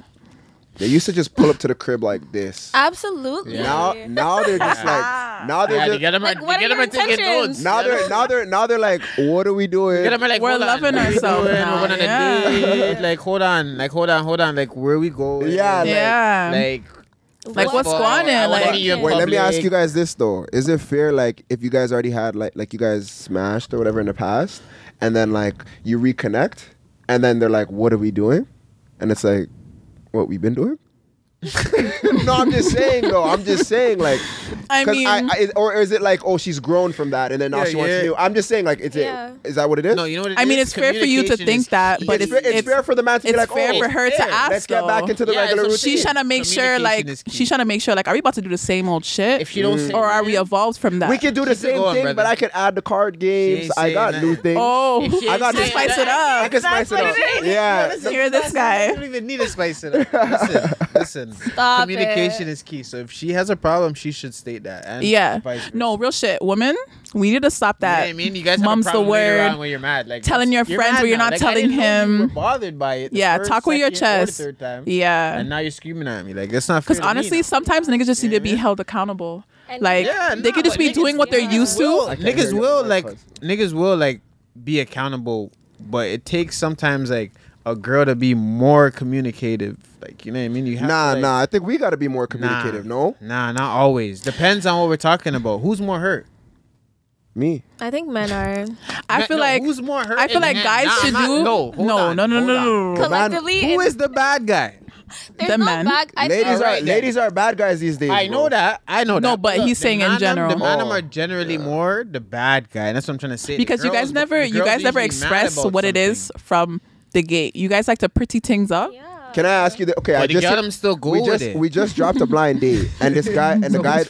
They used to just pull up to the crib like this. Absolutely. Now, now they're just like, now they're just, them Like, what are your intentions? now they're, now they're, now they're like, what are we doing? Get them like, We're hold on, what loving are we ourselves doing? now, We're going on a yeah. date. Like, hold on. Like, hold on, hold on. Like, where we going? Yeah, like- yeah. Like, Like, what's fuck, going on? I wanna Like- meet you in Wait, let me ask public. you guys this though: Is it fair, like, if you guys already had like, like you guys smashed or whatever in the past, and then like you reconnect, and then they're like, "What are we doing?" And it's like, "What we've been doing." [LAUGHS] no, I'm just saying though. I'm just saying like, I 'cause mean, I, or is it like, oh, she's grown from that, and then now Yeah, she wants yeah. new? I'm just saying like, it's Yeah. it. Is that what it is? No, you know what it I mean, is? it's fair for you to Communication think is that, but key. it's, fair, it's it's- fair for the man to it's be like, fair oh, for her to fair. ask. let's get though. back into the Yeah, regular so routine. She's trying to make sure, Communication like, is key. she's trying to make sure, like, are we about to do the same old shit? If you don't say Mm. or are we nothing- evolved from that? we could do the Keep it same going, thing, but brother. I could add the card She games. ain't I got saying new nothing. things. Oh, [LAUGHS] If she I ain't got to saying spice it nothing- up. I can That's spice it what [LAUGHS] up. it is. Yeah. Listen, Hear this listen, guy. You don't even need to spice it up. [LAUGHS] Listen, listen. Stop Communication it. is key. So if she has a problem, she should state that. And yeah. vice versa. No, real shit. Women, we need to stop You know that. what I mean, you guys have Mum's a the problem later word. on when you're mad, like Telling your you're friends mad what you're now. not Like, I telling didn't know you him. were bothered by it. the Yeah, first, talk with your second, or the chest. third time. Yeah. and now you're screaming at me like that's not fair Because to me honestly, now. sometimes niggas just need Yeah, to be man. held accountable. And- Like Yeah, they nah, could just but be niggas- doing what they're yeah. used to. Like, hear niggas you will on my like parts. niggas will like be accountable, but it takes sometimes like a girl to be more communicative. Like you know what I mean? You have Nah, to, like, nah. I think we got to be more nah. communicative. No, nah, not always. Depends on what we're talking about. Who's more hurt? me. I think men are I Ma- feel no, like who's more hurt? I feel in like hand? guys Nah, I'm should not- do no, hold no, on, no no hold on. no no no. collectively. Who it's- is the bad guy? there's the no man? back- I think- Ladies are Alright, then. ladies are bad guys these days. I know bro. that. I know that. No, but Look, he's the saying in man- general. The man Oh. are generally more the bad guy. and That's what I'm trying to say. The Because you girls- guys the never you girls guys never usually mad express about what it something. is from the gate. You guys like to pretty things up. Yeah. Can I ask you that? Okay, I But just the them still go we with just it. we just dropped a blind date, and this guy and [LAUGHS] the guy Is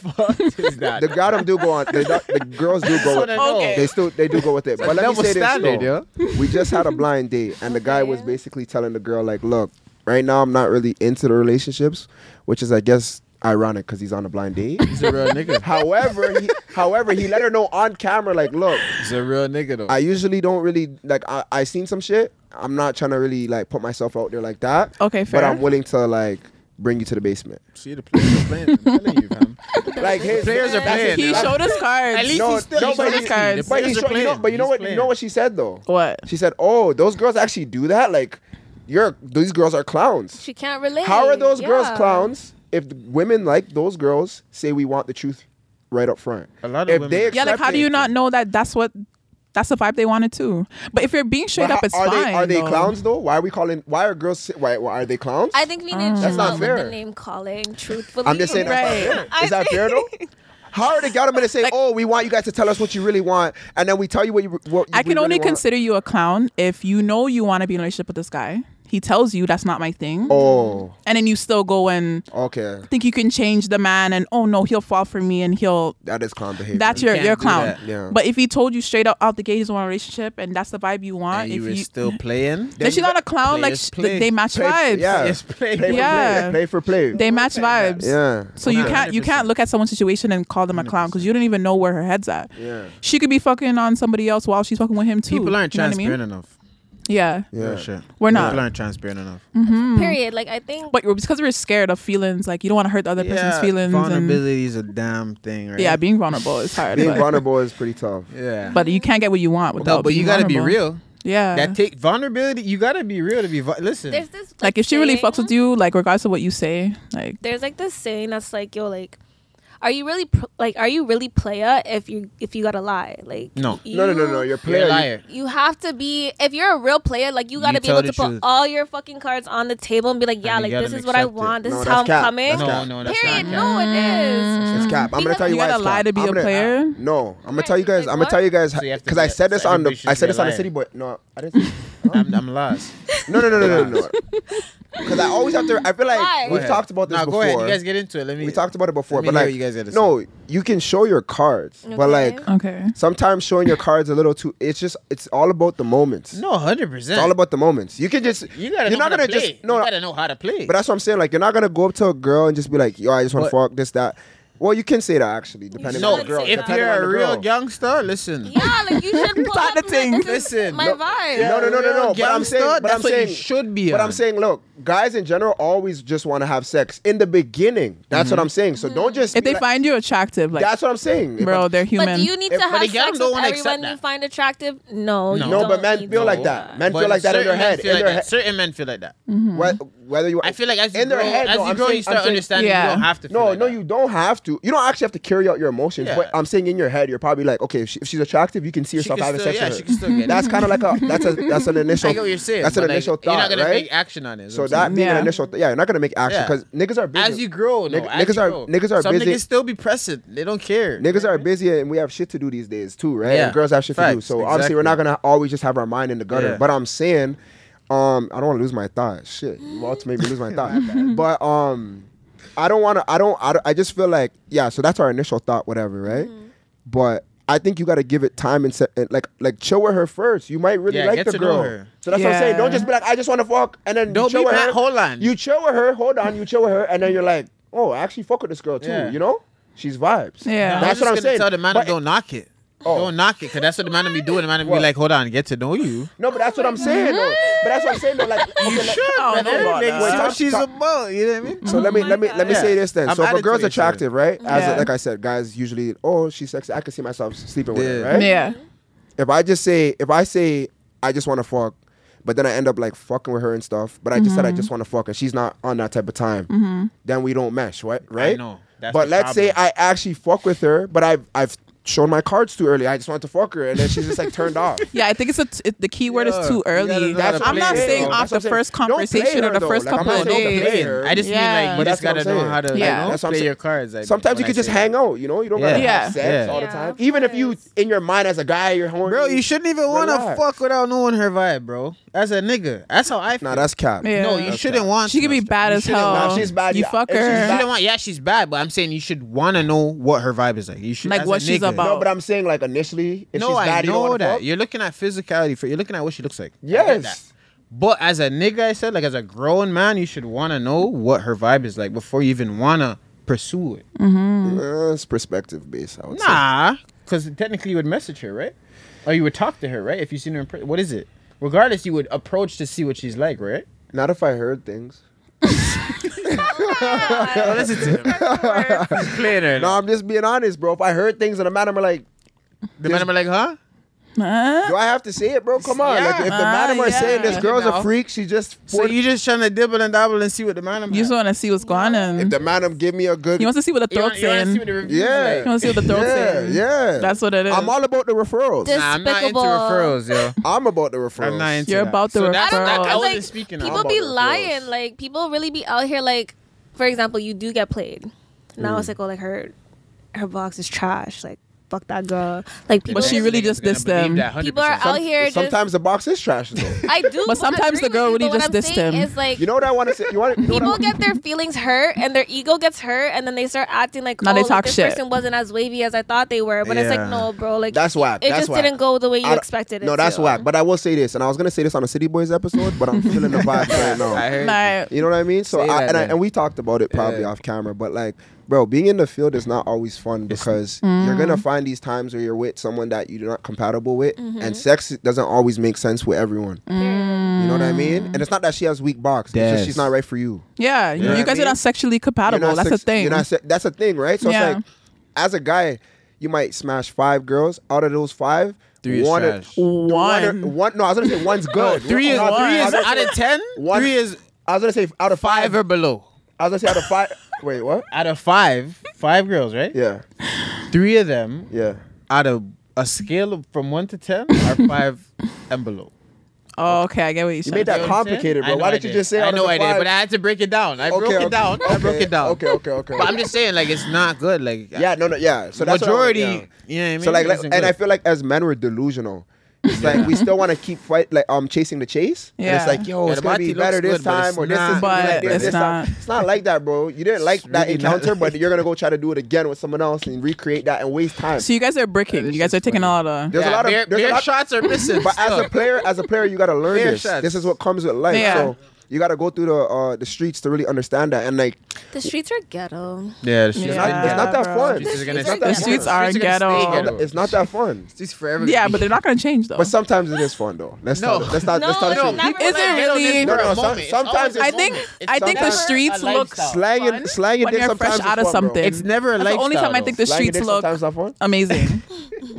that- the guy them do go on. They, do- the girls do go. So With, they know. Okay. They still they do go with it. But let me double say this standard, though. We just had a blind date, and the guy was Okay. basically telling the girl like, "Look, right now I'm not really into the relationships," which is I guess ironic because he's on a blind date. He's a real nigga. however, he, however, he let her know on camera like, "Look, He's a real nigga though. I usually don't really like. I I seen some shit. I'm not trying to really like put myself out there like that. Okay, But fair. I'm willing to like bring you to the basement. see the players are playing. I'm telling you, fam. Like his players are that's his- playing. He that's- showed his cards. At least No, he's still no, he's but still he- playing. The But, he players are showed, you know, playing. but you know He's what? You playing. know what she said though. what? She said, "Oh, those girls actually do that. Like, you're these girls are clowns. She can't relate. How are those girls Yeah. clowns if the women like those girls say we want the truth right up front? A lot of if women- Yeah, like how accept do it- you not know that that's what that's the vibe they wanted to? But if you're being straight But up, how- it's are fine. they are they though. clowns though? Why are we calling? Why are girls? Why, why are they clowns? I think we need to That's chill not out with fair. the name calling. Truthfully, I'm just saying that's Mm. Right. not fair. Is that fair though? How are they got them to say, Like- "Oh, we want you guys to tell us what you really want," and then we tell you what you what I we can only really want. consider you a clown if you know you want to be in a relationship with this guy. He tells you that's not my thing, Oh, and then you still go and okay, think you can change the man, and oh no, he'll fall for me, and he'll. that is clown behavior. That's You your can't your do clown. that. Yeah. But if he told you straight up out the gate he's on a relationship and that's the vibe you want, And if you you were still playing. then Then she you got a clown like players sh- play. they match Play- vibes. yeah. Yes, play. play for Yeah. play, play for play. They match vibes. yeah, So you can't you 100%. can't look at someone's situation and call them a clown because you don't even know where her head's at. yeah, She could be fucking on somebody else while she's fucking with him too. People aren't You know what I mean? transparent enough. Yeah. yeah. Real shit. We're not. People aren't transparent enough. Period. Like I think. But you're- because we're scared of feelings, like you don't want to hurt the other person's feelings. And, Vulnerability is a damn thing, right? yeah, being vulnerable is hard. Being but, vulnerable is pretty tough. yeah. but you can't get what you want without. no, but you being gotta be vulnerable. real. Yeah. That take vulnerability. You gotta be real to be. Vu- Listen, there's this like if she really saying- fucks with you, like regardless of what you say, like there's like this saying that's like yo like are you really pr- like are you really player if you if you gotta lie like No. you, No, no, no, no. You're a you're player. a liar. you have to be if you're a real player like you gotta You be tell able the to put truth. all your fucking cards on the table and be like yeah And like you this gotta is what I accept it. want this No, is how I'm that's cap. coming That's no, cap. no, that's period not. cap. no it is It's cap. I'm gonna Because tell you, you why gotta it's lie cap. to be I'm a gonna- player. No, I'm gonna Right, tell you guys. like I'm gonna tell what? you guys So you have to because be I a- said this so on the everybody should I said be a this on the liar. [LAUGHS] city boy. No, I didn't. I'm, I'm lost. No, no, no, no, no, no. Because I always have to. I feel like Why? we've Go ahead. talked about this Nah, before. go ahead. You guys get into it. Let me. we talked about it Let before, me but hear like what you guys gotta no, you can show your cards, but Okay. like Okay. sometimes showing your cards a little too. It's just it's all about the moments. No, hundred percent. It's all about the moments. You can just You gotta. you're know not how gonna to play. just no. You no, gotta know how to play. But that's what I'm saying. Like you're not gonna go up to a girl and just be like, "Yo, I just want to But- fuck this that." Well, you can say that actually, depending No, on the girl. if if depending you're on the a real girl. gangster, listen. Yeah, like you [LAUGHS] should pull Start up the and be like, thing. this is Listen, my no- vibe. No, no, no, no, no. But I'm saying, but that's I'm what saying you should be. But on. I'm saying, look, guys in general always just want to have sex in the beginning. That's Mm-hmm. what I'm saying. So don't just If be they like- find you attractive, like That's what I'm saying. If bro, I'm- they're human. But do you need If- to but have again, sex don't with wanna accept everyone you that. find attractive? No, No. you no, don't but men need feel to like do that. Men feel But like that in certain their men head. feel In like their that. head. Certain men feel like that. Mm. Whe- Whether you, Mm-hmm. I feel like as you in their grow, head. as no, you I'm grow, saying- you start I'm saying- understanding. Yeah. You don't have to. feel No, like no, that. you don't have to. You don't actually have to carry out your emotions, Yeah. but I'm saying in your head, you're probably like, okay, if, she, if she's attractive, you can see She yourself can having still, sex yeah, with she her. can still get. that's it. kind of like a that's a that's an [LAUGHS] initial. I get what you're saying. That's an but, like, initial You're thought, not gonna right? make action on it. is so what I'm saying. that being Yeah. an initial, th- yeah, you're not gonna make action Yeah. because niggas are busy. as you grow, no, Nigg- as niggas you are grow. niggas are Some busy. niggas still be pressing. They don't care. Niggas are busy and we have shit to do these days too, right? Yeah. And girls have shit to do. Facts, So obviously we're not exactly. gonna always just have our mind in the gutter. Yeah. But I'm saying, um, I don't wanna lose my thought. Shit. You about to make me lose my thought. but um I don't wanna I don't I, don't- I just feel like, yeah, so that's our initial thought, whatever, right? But I think you gotta give it time and, se- and like like chill with her first. You might really Yeah, like get the to know girl. her. So that's what I'm saying. Yeah. Don't just be like, I just wanna fuck and then you Don't chill be with Pat her. Holland. You chill with her, hold on, you chill with her, and then you're like, Oh, I actually fuck with this girl too, Yeah. you know? She's vibes. Yeah. That's what I'm just gonna saying. Tell the man But- don't knock it. Oh. Don't knock it, cause that's what the man will be doing. The man will What? be like, "Hold on, get to know you." No, but that's what I'm saying. Though. But that's what I'm saying. Though. Like, okay, like- Oh, Man, no, that about nigga that. see Wait, what top- she's top- about. You know what I mean? So let me let me let me Yeah. say this then. I'm so if added a to girl's what you're saying. attractive, right? As Yeah. a, like I said, guys usually, oh, she's sexy. I can see myself sleeping with her, Yeah. right? yeah. If I just say, if I say, I just want to fuck, but then I end up like fucking with her and stuff. But I just said I just want to fuck, and she's not on that type of time. Then we don't mesh, right? Right? know. That's but the let's say problem. I actually fuck with her, but I've I've shown my cards too early. I just want to fuck her, and then she's just like turned off. Yeah, I think it's a t- it, the key word Yeah, is too you gotta early. know how to I'm play not it, saying though. off That's the what I'm first saying. Don't play conversation or her, the though. first Like, I'm couple not of saying don't days. play Playing. her. I just mean Yeah. like But you that's just what gotta I'm know saying. how to Yeah. you know, That's what I'm play saying. your cards. I- Sometimes you when I can just say that. hang out, you know. You don't gotta Yeah. have Yeah. sex Yeah. all the Yeah, time. of Even if you, course. in your mind as a guy, you're horny. Bro, you shouldn't even want to Relax. fuck without knowing her vibe, bro. As a nigga, that's how I feel. Nah, that's cap. Yeah. no, you That's shouldn't cap. want. She could be to. bad You as shouldn't hell. want- Nah, she's bad, You yeah. fuck If she's You her. bad- shouldn't want. Yeah, she's bad, but I'm saying you should want to know what her vibe is like. You should Like as what a she's nigga. about. No, but I'm saying like initially, if no, she's I bad, you know don't wanna that. fuck. You're looking at physicality. For, you're looking at what she looks like. I get Yes. that. But as a nigga, I said, like as a grown man, you should want to know what her vibe is like before you even want to pursue it. Uh, it's perspective based. I would say. Nah, because technically you would message her, right? Or you would talk to her, right? If you seen her, in per- what is it? Regardless, you would approach to see what she's like, right? Not if I heard things. [LAUGHS] Oh, listen to [LAUGHS] him. He's playing her. No, I'm just being honest, bro. If I heard things and the man, I'm like, the man be like, huh? Huh? do I have to say it, bro? Come on. Like, if the Yeah. man are saying this Yeah. girl's No. a freak, she just. So you just trying to dibble and dabble and see what the man You just want to see what's going if on. the man give me a good. You want to see what the throat's see saying. what the reviews Yeah. like. You want to see what the throat's yeah, saying. yeah. That's what it is. I'm all about the referrals. This- Nah, I'm not into Despicable. referrals, yo. I'm about the referrals. I'm not into You're that. about the so That's, referrals. I, I I don't wasn't like, speaking on People about about it, be of course. lying. Like people really be out here. Like for example, you do get played. Now Mm. it's like oh, like her, her box is trash. Like fuck that girl. Like people. But she really just dissed them. People are out here. just- Sometimes the box is trash though. [LAUGHS] [LAUGHS] I do. But sometimes the agree girl with you, really but what just I'm dissed saying him. Is like You know what I want to say? You want you know what I people wanna- get their feelings hurt and their ego gets hurt, and then they start acting like Now oh, they like, talk this shit. person wasn't as wavy as I thought they were. But it's Yeah. like no, bro. Like That's whack. It That's just whack. didn't go the way I you don't- expected it. No, that's to. whack. But I will say this, and I was gonna say this on a City Boys episode, but I'm feeling [LAUGHS] the vibe right I now. heard Like, You know what I mean? So Say I, that and, I, then. and we talked about it probably Yeah. off camera, but like, bro, being in the field is not always fun because you're gonna Mm. find these times where you're with someone that you're not compatible with, Mm-hmm. and sex doesn't always make sense with everyone. You know what I mean? Mm. And it's not that she has weak box; it's Des. just she's not right for you. yeah, know you what I guys are mean? not sexually You're compatible. not That's sex- the thing. You're not se- that's a thing, right? So Yeah. it's like, as a guy, you might smash five girls. Out of those five, Three is one, trash. one, One. one. No, I was gonna say one's good. three is No, one. three I is was gonna out say- of ten. One- Three is I was gonna say out of five five. or below. I was gonna say out of five. Wait, what? Out of five, five girls, right? Yeah, Three of them yeah. out of a scale of from one to ten [LAUGHS] are five and below. oh, okay, I get what you're You saying. made that complicated, bro. Why did you just say? I out of know the I did, five? but I had to break it down. I broke Okay, it down. I broke okay, it down. Okay, okay, okay. But I'm just saying, like, it's not good. Like, yeah, no, no, yeah. So that's what I was- majority. yeah. You know what I mean? So like, like- Isn't and I good. feel like as men we're delusional. It's like we still want to keep fight like um chasing the chase. And Yeah. it's like yo, Yeah, it's the gonna be Mati better looks this good, but time it's or this not. is gonna be But like this, it's this time. not. It's not like that, bro. You didn't like that really not encounter, like but you're gonna go try to do it again with someone else and recreate that and waste time. So you guys are bricking. You guys are taking all the. There's a lot of- bare, there's a bare lot- shots are missing. but as a still. player, as a player, you gotta learn Fair this. shots. This is what comes with life. Yeah. So you gotta go through the uh, the streets to really understand that. And like, The streets are ghetto. yeah, it's it's, not, it's Yeah, not that bro. fun. Streets It's are gonna ghetto. stay- The streets are gonna stay ghetto. It's not that fun. It's forever. Yeah, but they're not going to change though. But sometimes it is fun though. Let's No. tell the- let's not let's tell the No, truth. not people Is like it ghetto, really- they're No, for no, a some- moment. It's sometimes always a it's- I think moment. It's I think the never streets a look lifestyle. Slang fun it, slang it. when dick you're sometimes fresh is out of fun, bro. something. It's never a That's the only lifestyle, time I though. think the Slang your streets dick look sometimes not fun. amazing.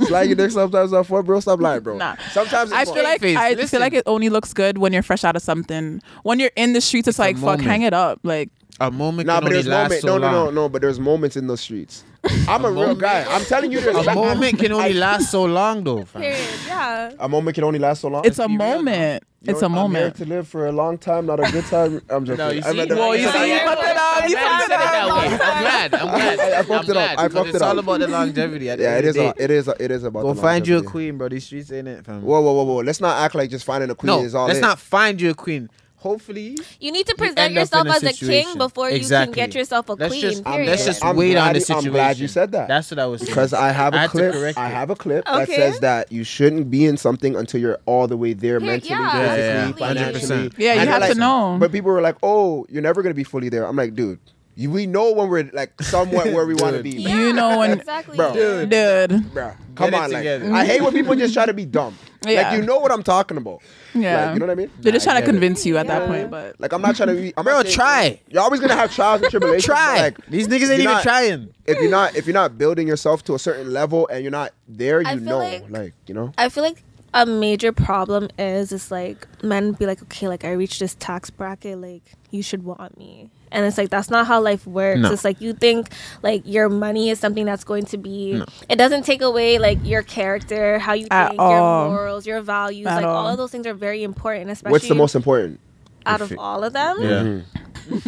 Slang your dick sometimes not fun, bro. Stop lying, bro. Nah. Sometimes it's I fun. feel like face, I listen. feel like it only looks good when you're fresh out of something. When you're in the streets, it's, like fuck, moment. hang it up. Like A moment Nah, can but only there's last moments. so no, no, no, long. no. But there's moments in those streets. I'm a, real moment- guy. I'm telling you, there's A moment can only last so long, though. fam. Period. Yeah. A moment can only last so long. it's a be real, moment. You know, It's a I'm here moment. to live for a long time, not a good time. I'm joking. No, you I'm see? at the- Well, you I- see, you fucked it glad up. You fucked you it said it that up. way. I'm glad. I'm glad. I- I fucked I'm it up. glad, I because fucked it's it all up. about the longevity. At the Yeah, end it of is. the A, day. it is. A, it is about. Go the find you a longevity. queen, bro. These streets ain't it, fam. Whoa, whoa, whoa, whoa! Let's not act like just finding a queen No, is all. let's it. [LAUGHS] not find you a queen. Hopefully, You need to end up present in yourself a as a king situation. before Exactly. you can get yourself a let's queen. just um, period. let's just I'm wait on glad the you- I'm situation. glad you said that. That's what I was saying. Because I have a had to clip. correct I you. have a clip that Okay. says that you shouldn't be in something until you're all the way there Period. mentally, Yeah, Yeah, physically, yeah, yeah. financially. 100%. Yeah, you And have like- to know. But people were like, "Oh, you're never gonna be fully there." I'm like, dude, you, we know when we're like somewhat where we want to Dude. be. Yeah, You know when- exactly. Bro. Yeah. Dude. Bruh, come it on, like, together. I hate when people just try [LAUGHS] to be dumb. Yeah. Like, you know what I'm talking about. Yeah. Like, you know what I mean? They're just Nah, I trying to get it. convince you at that Yeah. point, but Like, I'm not trying to be. I'm Bro, not saying- try. You're always gonna have trials [LAUGHS] and tribulations. but, Try. Like, These niggas you're ain't even not- trying. If you're not, if you're not building yourself to a certain level and you're not there, you I feel know, like- like, you know. I feel like a major problem is is like men be like, okay, like I reached this tax bracket, like you should want me, and it's like that's not how life works. No. It's like you think like your money is something that's going to be. It doesn't take away like your character, how you At think, all. your morals, your values, At like all. all. of those things are very important. Especially What's the most important? out of all of them?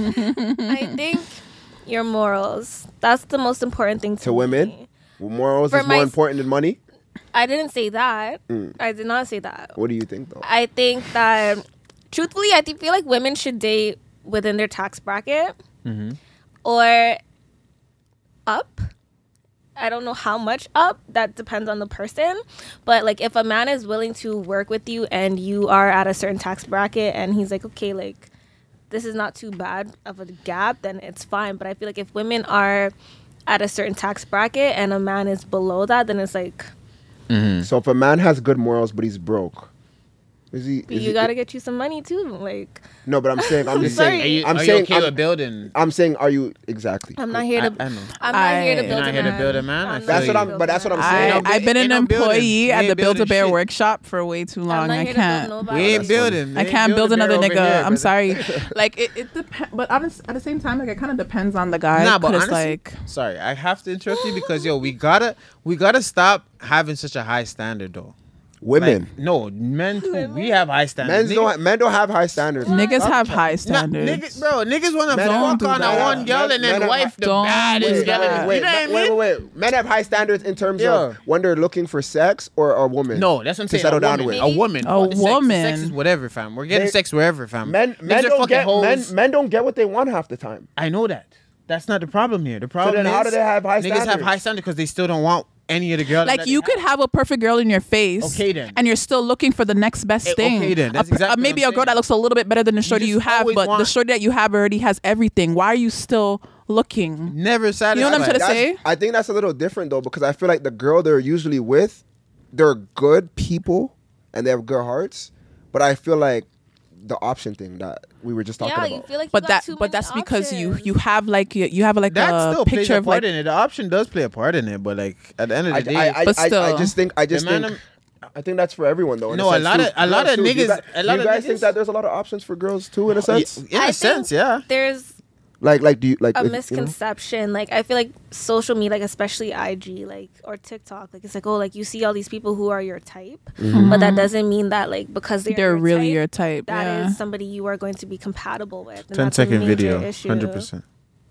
Yeah. I think your morals. That's the most important thing to, To women? me. Morals For is more my- important than money. I didn't say that. I did not say that. What do you think, though? I think that truthfully, I think, feel like women should date within their tax bracket Mm-hmm. or up. I don't know how much up. That depends on the person. But like, if a man is willing to work with you and you are at a certain tax bracket, and he's like, okay, like this is not too bad of a gap, then it's fine. But I feel like if women are at a certain tax bracket and a man is below that, then it's like Mm. So, if a man has good morals but he's broke, is he? you is he- gotta get you some money too. Like No, but I'm [LAUGHS] saying, I'm just Sorry. saying, Are you, I'm are you saying, okay I'm, with building? I'm saying, are you exactly? I'm not here to. I, I know. I'm not here to I- build You're a not here to man. build a man? I I'm not feel That's here what to I'm- build but a that's what I'm man. I, saying. I've been Ain't an no building. employee We at ain't the Build a building Bear shit. workshop for way too long. I'm not I here to build can't. nobody. We ain't that's funny. building. We I ain't can't build building another over nigga. here, I'm brother. sorry. like it, it depends, but honest, at the same time, like it kind of depends on the guy. Nah, but 'cause, honestly, like sorry, I have to interrupt you because yo, we gotta we gotta stop having such a high standard though. Women, Like, no, men too. We have high standards. men don't, men don't have high standards. niggas have high Nah, standards. niggas, bro, niggas wanna Men fuck do on that that. one girl and Men then are- wife the Don't baddest do girl. that. in- wait, You know what I wait, wait, mean? wait. Men have high standards in terms Yeah. of when they're looking for sex or a woman. No, that's what I'm to saying. settle a down woman. with. A woman. A Sex- Sex, woman. is whatever, fam. We're getting They- sex wherever, fam. Men, men Niggas are don't fucking get men, hoes. men don't get what they want half the time. I know that. That's not the problem here. The problem then how is do they have high niggas have standards? high standards because they still don't want any of the girls. Like that you they could have a perfect girl in your face, Okay then. and you're still looking for the next best Eh, thing. okay then. That's A per- exactly what maybe I'm a girl saying. that looks a little bit better than the shorty just you have, always but the want- shorty that you have already has everything. Why are you still looking? Never satisfied. know what I'm trying to That's- say? I think that's a little different though because I feel like the girl they're usually with, they're good people and they have good hearts, but I feel like the option thing that we were just talking Yeah, about. you feel like. But you that, got too many but that's because you options. you have like you, you have like that a still plays Uh, picture a of like part in it. The option does play a part in it, but like at the end of the I, day, I, I, But I- I still. just think I just The man think I think that's for everyone though. in No, a sense, lot of- too. a lot Girls, of too. Do you niggas- guys, a lot do you of guys niggas- think that there's a lot of options for girls too Oh, in a sense? in I a think sense, yeah. There's Like like do you like a if- you know? misconception. Like I feel like social media, like especially IG, like or TikTok, like it's like oh, like you see all these people who are your type, Mm-hmm. but that doesn't mean that like because they're, they're your really type, your type. That is yeah. somebody you are going to be compatible with. And 10 that's a second major video, issue. 100%.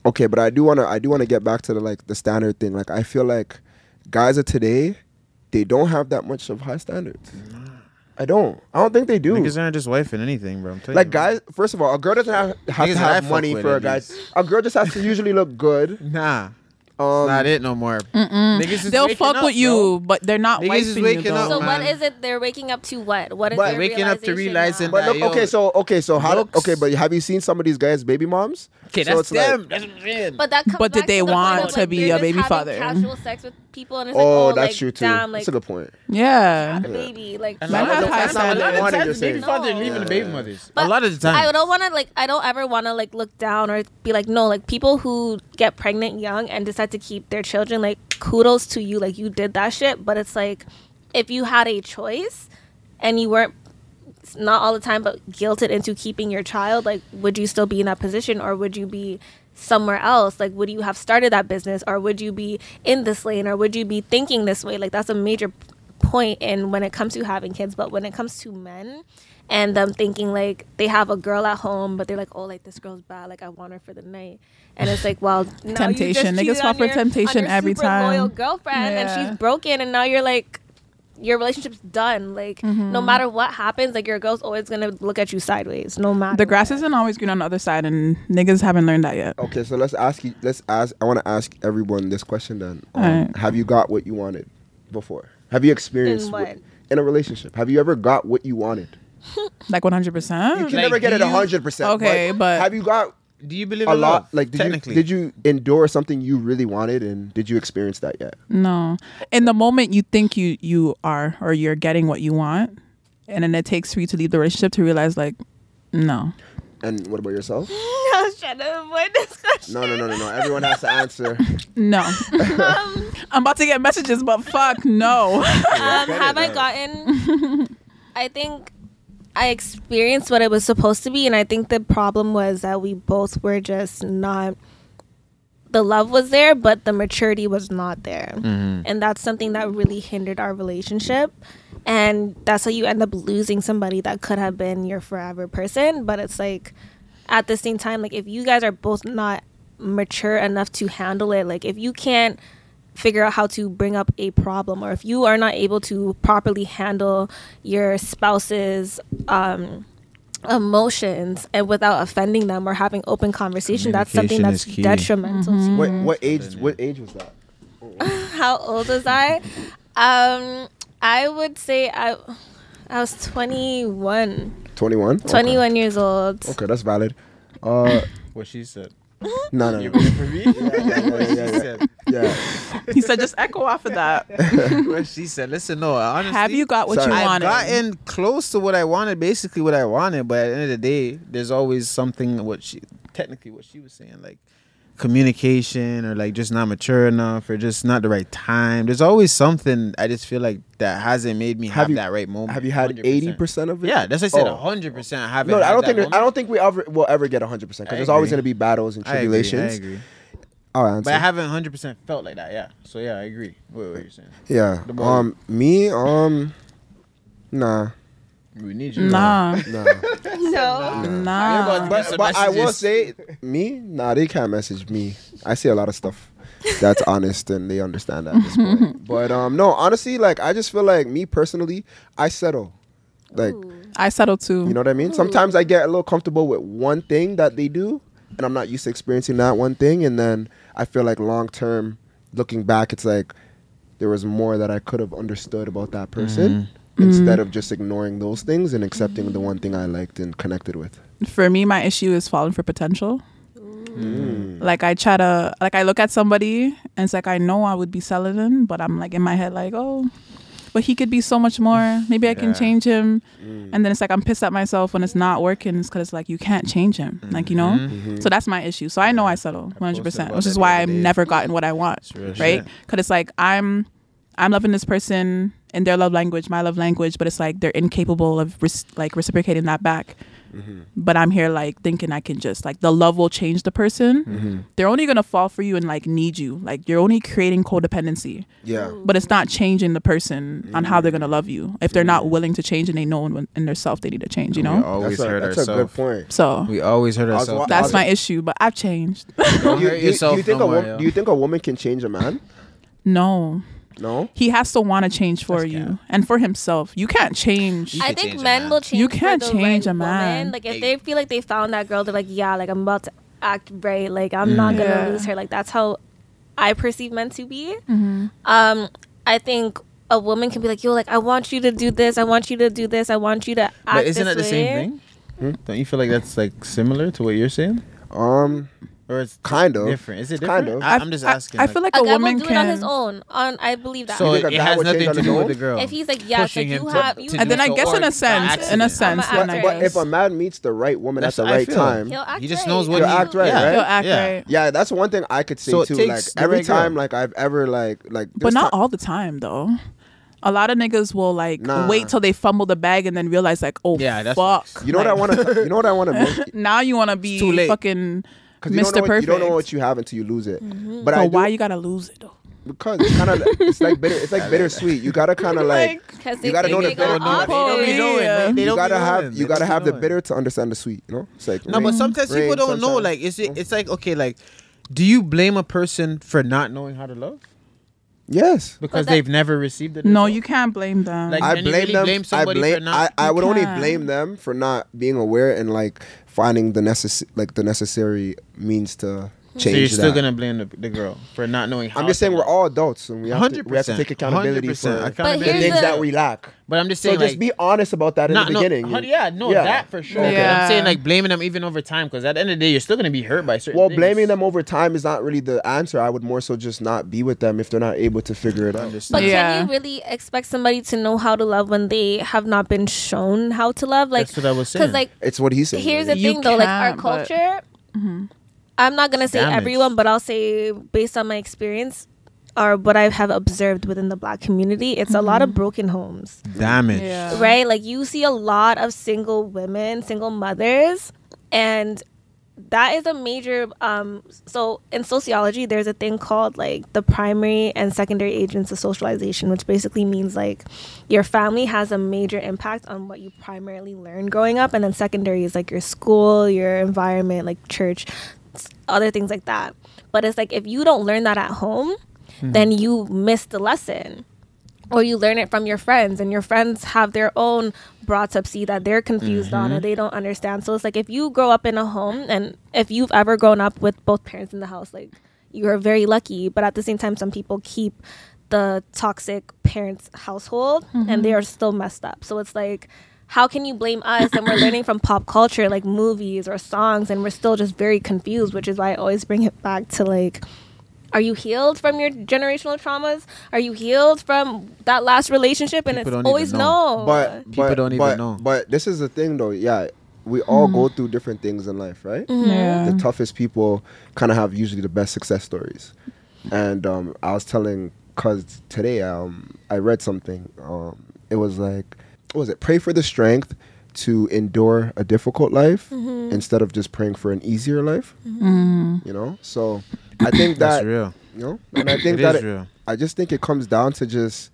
Okay, but I do wanna I do wanna get back to the like the standard thing. Like I feel like guys of today, they don't have that much of high standards. I don't. I don't think they do. Niggas aren't just wifing anything, bro. I'm telling Like you, bro. guys, first of all, a girl doesn't have, have Niggas to that I have fuck money with, for a at guy. least. A girl just has to usually look good. Nah, Um, not it no more. Niggas is They'll waking fuck up, with you, bro. but they're not Niggas is wifing you. waking Though. up, So Oh, man. what is it? They're waking up to what? What is But- their Waking up to realization realizing now? But look, Nah, yo, okay, so okay, so how? looks- Okay, but have you seen some of these guys' baby moms? Okay, so that's it's like- them. that's what I'm saying. But that comes But did back to they the point want of, to like, be they're a just baby having father? Casual sex with people, and it's like, oh, oh, that's like, true too. Damn, like, that's a good point. Yeah. a baby, like. And Man a lot have of high times- a lot standards. of Wanted times to the baby say. fathers No. leaving the baby mothers. But a lot of the I time. don't want to like. I don't ever want to like look down or be like, no, like people who get pregnant young and decide to keep their children, like kudos to you, like you did that shit. But it's like, if you had a choice, and you weren't not all the time, but guilted into keeping your child, like would you still be in that position or would you be somewhere else? Like would you have started that business or would you be in this lane or would you be thinking this way? Like that's a major p- point in when it comes to having kids, but when it comes to men and them thinking like they have a girl at home, but they're like, oh, like this girl's bad, like I want her for the night, and it's like, well, now you just [LAUGHS] Temptation. Niggas cheated fall on for your- temptation on your every super time. Loyal girlfriend, Yeah. and she's broken, and now you're like, your relationship's done. Like no Mm-hmm. matter what happens, like your girl's always gonna look at you sideways. No matter [LAUGHS] The grass what. isn't always green on the other side, and niggas haven't learned that Oh. yet. Okay, so let's ask you. Let's ask. I want to ask everyone this question then. Um, Alright. Have you got what you wanted before? Have you experienced In what- what? in a relationship? Have you ever got what you wanted? Like 100%. You can Hmm. Like, never get do it you- hundred percent. Okay, but- have you got Do you believe a in love? lot? Like, did technically, you did you endure something you really wanted, and did you experience that yet? No. In the moment you think you you are or you're getting what you want, and then it takes for you to leave the relationship to realize like, no. And what about yourself? I was trying to avoid this question. No, no, no, no, no. Everyone has to [LAUGHS] answer. No. I'm about to get messages, but fuck no. [LAUGHS] Um, have I gotten? I think I experienced what it was supposed to be, and I think the problem was that we both were just not. The love was there, but the maturity was not there, Mm-hmm. and that's something that really hindered our relationship. And that's how you end up losing somebody that could have been your forever person. But it's like, at the same time, like if you guys are both not mature enough to handle it, like if you can't figure out how to bring up a problem or if you are not able to properly handle your spouse's um emotions and without offending them or having open conversation that's something Communication that's is key. detrimental to What what age? What age was that? you Mm-hmm. how old was i um i would say i i was 21 Twenty one. 21 years old Okay, that's valid. Uh, What she said. no, no, You no. believe for me? What she [LAUGHS] yeah, yeah. said. yeah. he said just echo off of that. What she said. Listen, no. Honestly, Have you got what you Sorry. I've I've wanted? gotten close to what I wanted, basically what I wanted, but at the end of the day, there's always something what she technically what she was saying, like communication or like just not mature enough or just not the right time. There's always something I just feel like that hasn't made me have, you- that right moment. Have you had 100%. eighty percent of it? Yeah, that's what I said. Oh. hundred percent. I haven't. No, had I don't that think there- I moment. don't think we ever will ever get hundred percent I because there's always agree. going to be battles and I agree, tribulations. I agree. I'll answer. But I haven't hundred percent felt like that. Yeah. So yeah, I agree. with what you're saying? yeah. The more- Um, me. Um, nah, We need you. Nah. [LAUGHS] nah. no Nah. But- but but I will say, me. Nah, they can't message me. I say a lot of stuff that's honest, and they understand that. At this point. But um, no, honestly, like I just feel like me personally, I settle. Like I settled too. You know what I mean? Sometimes I get a little comfortable with one thing that they do, and I'm not used to experiencing that one thing. And then I feel like long term, looking back, it's like there was more that I could have understood about that person Hmm. instead of just ignoring those things and accepting the one thing I liked and connected with. for me my issue is falling for potential Hmm. Mm. like i try to like i look at somebody and it's like i know i would be selling him but i'm like in my head like oh but he could be so much more maybe i Yeah. Mm. can change him and then it's like i'm pissed at myself when it's not working it's because it's like you can't change him like you know Mm-hmm. so that's my issue so i know i settle I posted 100% about which that is the why other i've day. never gotten what i want It's real right shit. because it's like i'm i'm loving this person in their love language my love language but it's like they're incapable of res- like reciprocating that back Mm-hmm. but I'm here like thinking I can just like the love will change the person. Mm-hmm. They're only gonna fall for you and like need you. Like you're only creating codependency, Yeah. but it's not changing the person on how they're gonna love you if they're not willing to change and they know in, in their self they need to change. You Mm. We know, always that's a, hurt that's a good ourselves. point. so We always hurt was ourselves. wa- that's I'll- my issue. But I've changed. [LAUGHS] Don't You- hurt you- yourself you think no a more, wom- yo. do you think a woman can change a man? no, No? He has to want to change for That's you cap. and for himself. You can't change. You I could think change a men man. will change. You for can't the change right a man. Woman. Like if Hey. they feel like they found that girl, they're like, yeah, like I'm about to act right. Like I'm not gonna Yeah. lose her. Like that's how I perceive men to be. Mm-hmm. Um, I think a woman can be like, yo, like I want you to do this. I want you to do this. I want you to act. But isn't this that the way." same thing? Don't you feel like that's like similar to what you're saying, Um, or it's kind of. different? Is it Kind different? of. I, am just asking. I, feel like A, a, guy woman will do can. it on his own. On I believe that. so. You think It, a guy has would change nothing on to his do own? with the girl. If he's like, yes, Pushing like you him to- have, you to and then do I so, guess in or a sense, in a accident. sense, I'm an then I but, but actress. guess. if a man meets the right woman That's at the what I right feel. time, He'll act he just right. knows what He'll he, act right, yeah, right? He'll act yeah. right. yeah, that's one thing I could say So it too. Like takes the every right girl. time, like I've ever like like, But there's not ti- all the time though. A lot of niggas will like Nah. wait till they fumble the bag and then realize like, oh Yeah, that's fuck. facts. You know what I Like, want to? You know what I [LAUGHS] want to? Now you want to be too late. fucking Mr. Because you, don't know what- Perfect. you don't know what you have until you lose it. Mm-hmm. But but I do, why you gotta lose it though? because it's kind of it's like bitter. [LAUGHS] It's like bittersweet. You gotta kind of like, Because You gotta know the They better don't know. They don't be Yeah. knowing. They- They you don't be gotta have knowing. you They gotta don't be have the knowing. bitter to understand the sweet. You know, it's like No, but rain, sometimes people rain, don't know. sunshine. Like, is it? It's like okay, like, do you blame a person for not knowing how to love yes. because that- they've never received it? No, you can't blame them. Like, I And you blame really them. blame somebody I for blame. not- I, I would only Okay. blame them for not being aware and like finding the necessary like the necessary means to change. So you're still that. gonna blame the, the girl for not knowing how. I'm just to saying we're love. all adults and we have, to, 100%. we have to take accountability for 100%. the But things here's that the- we lack. But I'm just So saying, just like, be honest about that in not- the no, beginning. hun- yeah, no, Yeah. that for sure. Okay. But I'm saying Yeah. like blaming them even over time because at the end of the day, you're still gonna be hurt by certain. Well, things. blaming them over time is not really the answer. I would more so just not be with them if they're not able to figure it out. But Understand? Yeah. can you really expect somebody to know how to love when they have not been shown how to love? Like, That's what I was Because saying. like, It's what he said. here's the You thing though, like our can't, but- Mm-hmm. culture. I'm not gonna say Damaged. everyone, but I'll say based on my experience or what I have observed within the black community, it's a lot Mm-hmm. of broken homes, Damage. Yeah. right? Like you see a lot of single women, single mothers, and that is a major um so in sociology there's a thing called like the primary and secondary agents of socialization which basically means like your family has a major impact on what you primarily learn growing up and then secondary is like your school your environment like church s- other things like that but it's like if you don't learn that at home then you miss the lesson or you learn it from your friends and your friends have their own broadcopsy that they're confused on or they don't understand so it's like if you grow up in a home and if you've ever grown up with both parents in the house like you're very lucky but at the same time some people keep the toxic parents household and they are still messed up so it's like how can you blame us and we're learning from pop culture like movies or songs and we're still just very confused which is why i always bring it back to like are you healed from your generational traumas? Are you healed from that last relationship? And People don't it's even always know. no. but People but- don't even but- know. But this is the thing, though. Yeah, we all go through different things in life, right? Mm-hmm. Yeah. The toughest people kind of have usually the best success stories. And um, I was telling, cause today um, I read something. Um, it was like, what was it? Pray for the strength to endure a difficult life instead of just praying for an easier life. You know, so I think That's that real. you know, and I think It that is it- real. I just think it comes down to just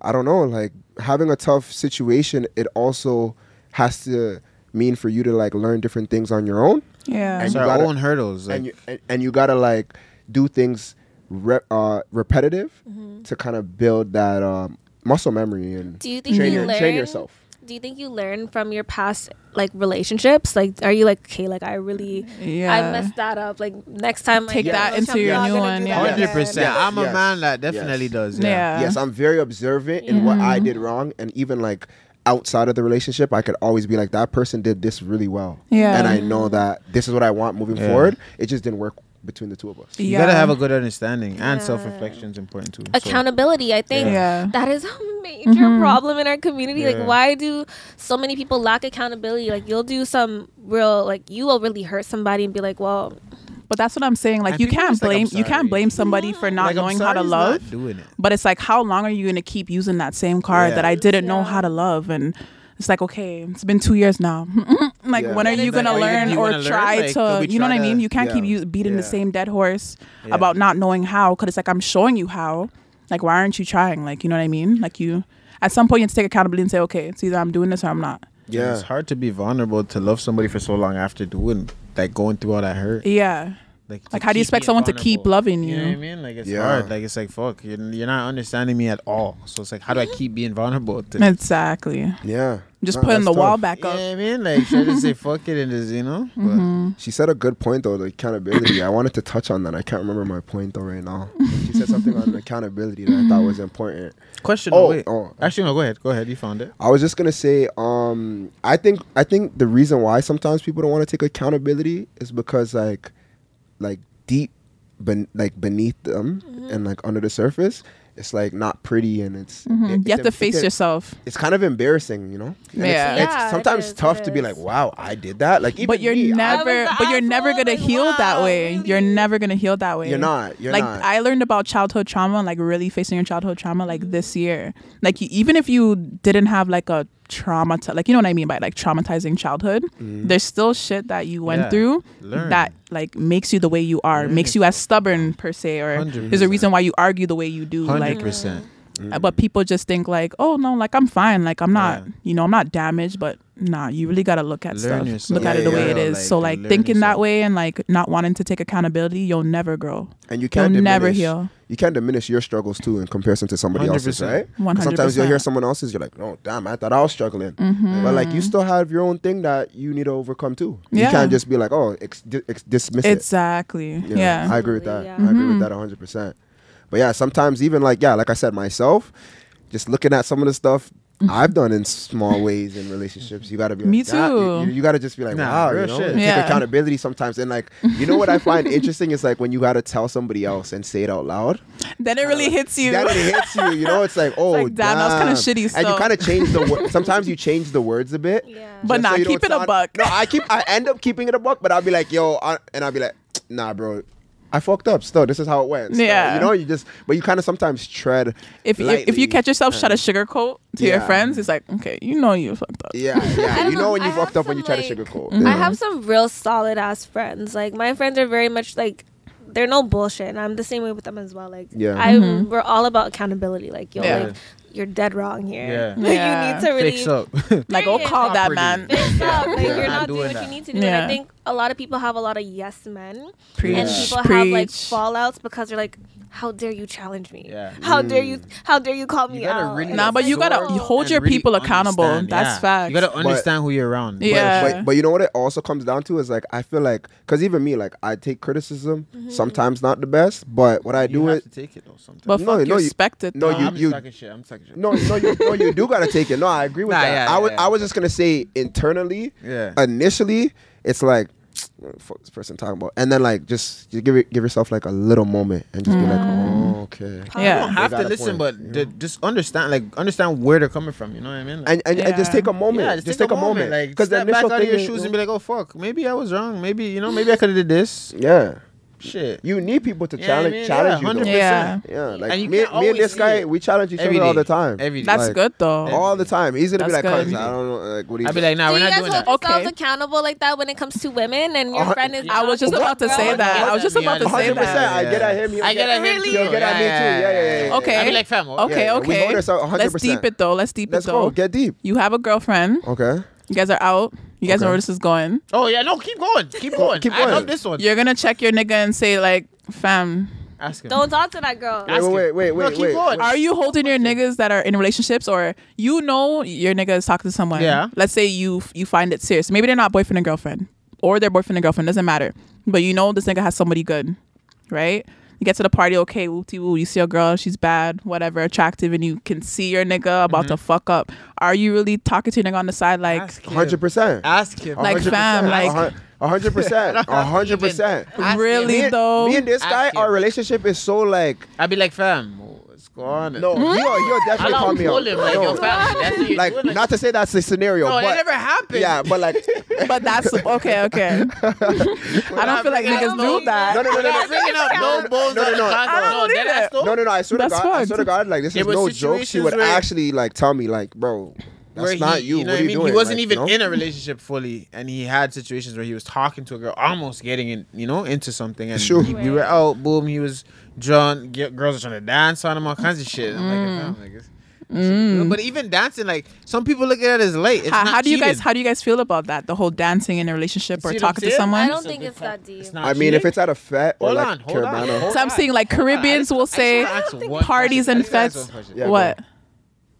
I don't know, like having a tough situation. It also has to mean for you to like learn different things on your own, Yeah. And It's you our gotta- own hurdles. Like, and you and, and you gotta like do things re- uh, repetitive Mm-hmm. to kind of build that um, muscle memory and do you think train, you your, learn? train yourself. Do you think you learn from your past like relationships? Like, are you like, okay, like I really, I Yeah. messed that up. Like next time, Take I, that gosh, into I'm your not new gonna do one, that yeah. again. 100%. Yes, I'm a yes, man that definitely yes. does. Yeah. Yeah. yes, I'm very observant in what I did wrong, and even like outside of the relationship, I could always be like, that person did this really well, Yeah. and I know that this is what I want moving Yeah. forward. It just didn't work between the two of us. You gotta have a good understanding, and self reflection is important too. So- accountability i think Yeah. that is a major Mm-hmm. problem in our community Yeah. like why do so many people lack accountability like you'll do some real like you will really hurt somebody and be like well But that's what I'm saying. Like And you people can't just like, I'm blame you sorry. can't blame somebody for not Like, I'm knowing how sorry to he's not love. doing it. But it's like how long are you gonna keep using that same card Yeah. that I didn't know Yeah. how to love and it's like okay, it's been two years now. [LAUGHS] like Yeah. when are And you it's like, gonna are you- learn do you or wanna learn? try Like, could we to? You know try what I mean? to- You can't keep yeah. you beating the Yeah. same dead horse Yeah. about not knowing how. Cause it's like I'm showing you how. Like why aren't you trying? Like you know what I mean? Like you at some point you have to take accountability and say okay, it's either I'm doing this or I'm not. Yeah. It's hard to be vulnerable to love somebody for so long after doing like going through all that hurt. Yeah. Like, Like, how do you keep expect me someone to keep accountable. loving You know what I you? mean? Like it's Yeah. hard. Like it's like fuck. You're, you're not understanding me at all. So it's like, how do I keep being vulnerable? [LAUGHS] To, Exactly. Yeah. Just Nah, putting that's the wall tough. back You know up. what I mean? Like should I just say fuck it and just you [LAUGHS] know? But Mm-hmm. She said a good point though, the accountability. I wanted to touch on that. I can't remember my point though right now. She said [LAUGHS] something on accountability that I thought was important. Question. Oh, Oh, wait. oh. Actually, no. Go ahead. Go ahead. You found it. I was just gonna say, um, I think I think the reason why sometimes people don't want to take accountability is because like, like deep, ben- like beneath them Mm-hmm. and like under the surface, it's like not pretty and it's it- it's Mm-hmm. You have to em- it's face em- yourself. It's kind of embarrassing, you know. And it's- Yeah. it's, Yeah, it sometimes is, tough it to be is. like, wow, I did that. Like, even But you're me, I- never was the but you're never asshole, gonna like, heal that wow, way. really? You're never gonna heal that way. You're not. You're like not. I learned about childhood trauma, like really facing your childhood trauma, like this year. Like you, even if you didn't have like a trauma, like you know what I mean by like traumatizing childhood, Mm. there's still shit that you went Yeah. through Learn. that like makes you the way you are, makes you as stubborn per se, or there's a 100%. reason why you argue the way you do. Hundred Like, percent. uh, but people just think like, oh no, like I'm fine, like I'm not, Yeah. you know, I'm not damaged, but nah, you really gotta look at Learn stuff, yourself. look at Yeah, it the yeah, way it yeah, is. like, so like learn thinking that yourself. way and like not wanting to take accountability, you'll never grow. and you You'll can't diminish, never heal. You can't diminish your struggles too in comparison to somebody else's, 100%. right? 100%. Sometimes you'll hear someone else's, you're like, oh, damn, I thought I was struggling. Mm-hmm. But like, you still have your own thing that you need to overcome too. You Yeah. can't just be like, oh, ex- di- ex- dismiss it. Exactly. You Yeah. Mm-hmm. know, I agree with that. Absolutely, I agree with that 100%. But yeah, sometimes even like, yeah, like I said, myself, just looking at some of the stuff. I've done in small ways in relationships. You gotta be like, Mm-hmm. Me "Nah," you- too. You, you gotta just be like, Nah, wow, you real know, shit. and take Yeah. accountability sometimes. And like, you know what [LAUGHS] I find interesting is like when you gotta tell somebody else and say it out loud. then it really hits you. That really hits you. You know, [LAUGHS] it's like, oh, like, damn, that was kinda damn. shitty, And you so- kind of change [LAUGHS] the. Wor- Sometimes you change the words a bit. Yeah. But just nah, you don't keep it a buck. No, I keep. I end up keeping it a buck, but I'll be like, yo, I, and I'll be like, nah, bro. I fucked up. Still, this is how it went. Still, Yeah. you know, you just, but you kind of sometimes tread. [LAUGHS] if, if if you lightly. catch yourself try to sugarcoat to your Yeah. friends, it's like okay, you know you fucked up. [LAUGHS] yeah, yeah, don't you know know. when you I fucked have up when you some, try to like- sugarcoat. I Mm-hmm. Yeah. have some real solid ass friends. Like my friends are very much like they're no bullshit, and I'm the same way with them as well. Like Yeah. I am we're all about accountability. Like yo, Mm-hmm. Yeah. like you're dead wrong here. Yeah. Like, [LAUGHS] Yeah. you need to really [LAUGHS] Fix up. [LAUGHS] Like go Period. call that Property. man. fix up. Like [LAUGHS] Yeah. you're Not not doing doing what that. you need to do. Yeah. And I think a lot of people have a lot of yes men, Preach. and people have like Preach. fallouts because they're like, how dare you challenge me? Yeah. Mm. How dare you? How dare you call me gotta out? really And Nah, it's but you like, gotta no. hold your And really people accountable. understand, That's yeah. facts. You gotta understand who you're around. But- Yeah. But, but you know what it also comes down to is like I feel like because even me like I take criticism Mm-hmm. sometimes not the best but what I You do have it to take it though sometimes. but No, fuck, no, you you- respect it. no, though. you- I'm just talking shit. I'm just talking shit. No, no, you, no, you do gotta take it. No, I agree with Nah, that. yeah, I was, yeah. I was just gonna say internally, Yeah. initially, it's like, what the fuck this person talking about, and then like just you give it, give yourself like a little moment and just be like, Mm. oh, okay, Yeah. You don't They have got to a listen, point, but you know? ju- just understand, like understand where they're coming from. You know what I mean? Like, and and, and just Yeah. take a moment, yeah, just, take, a moment, Like, because step back out of your is- shoes and be like, "Oh fuck, maybe I was wrong. Maybe you know, maybe I could have did this. yeah, Shit, you need people to Yeah, I challenge mean, yeah, challenge you. 100%. though. yeah, Yeah, like And you me, can't me and this always see guy, it. we challenge each Every other all day. the time. Every day. that's Like, good though. all the time. Easy to be That's like, good. "Cuz, I don't know, like, what do you? I'd be like, "Nah, Do we're you not guys doing hold that." Okay. yourselves accountable like that when it comes to women and your Uh, friend is? I was just about to say that. I was just about to say 100%. that. I Yeah. get at him. he'll I get at him Really? too. You'll get at me too. Yeah, yeah, yeah, yeah. Okay. I be like, "Fam, what?" Okay, yeah, we okay. hold ourselves 100%. Let's deep it though. Let's deep Let's it though. go. Get deep. you have a girlfriend. Okay. You guys are out. You guys know Okay. where this is going. Oh yeah, no, keep going, keep going. keep I going. love this one. You're gonna check your nigga and say like, fam, Ask him. Don't talk to that girl. Ask him. wait, wait, wait, No, keep wait. going. are you holding your niggas that are in relationships or you know your nigga is talking to someone? Yeah. Let's say you you find it serious. Maybe they're not boyfriend and girlfriend or they're boyfriend and girlfriend. Doesn't matter. But you know this nigga has somebody good, right? You get to the party, okay, wooty woo. You see a girl, she's bad, whatever, attractive, and you can see your nigga about to fuck up. Are you really talking to your nigga on the side like? Ask him. 100%. Ask him. Like, fam, like- [LAUGHS] 100%. 100%. Ask him. Really Me, though, me and this guy, Ask him. our relationship is so like. I'd be like, "Fam, what's going on?" No, he'll, he'll I definitely call don't me pull out. him like, No, "Yo, fam, that's what you're like, doing." not to say that's the scenario, No, but that never happened. yeah, but [LAUGHS] like, but that's okay, okay. I don't feel like I niggas don't [LAUGHS] do believe that. that. no, no, no, We're no, not bringing up no no, bones no, on no, the no. contract, I don't no, either. deadass though. no, no, no. I swear to That's God, I fucked. swear to God, like this There is were no joke. She situations would where- actually like tell me, like, bro, Where that's not he, you. know What what are I you mean? doing? He wasn't Like, even you know? in a relationship fully, and he had situations where he was talking to a girl, almost getting in, you know, into something. And Sure. he, we were Mm. out, boom, he was drunk. Get, girls are trying to dance on him, all kinds of shit. I'm like, "Fam, like, it's- But even dancing, like some people look at it as late. It's How, not how do you guys cheating. how do you guys feel about that? The whole dancing in a relationship or See what I'm talking to saying? I someone. don't So think they it's pro- that deep. it's not I mean, if cheating? it's at a fet or Hold like on, hold on, Carabana. hold So I'm on, saying like hold on. I Caribbeans just- will I just say wanna ask one parties question. and I just wanna ask fets. one question. Yeah, go what?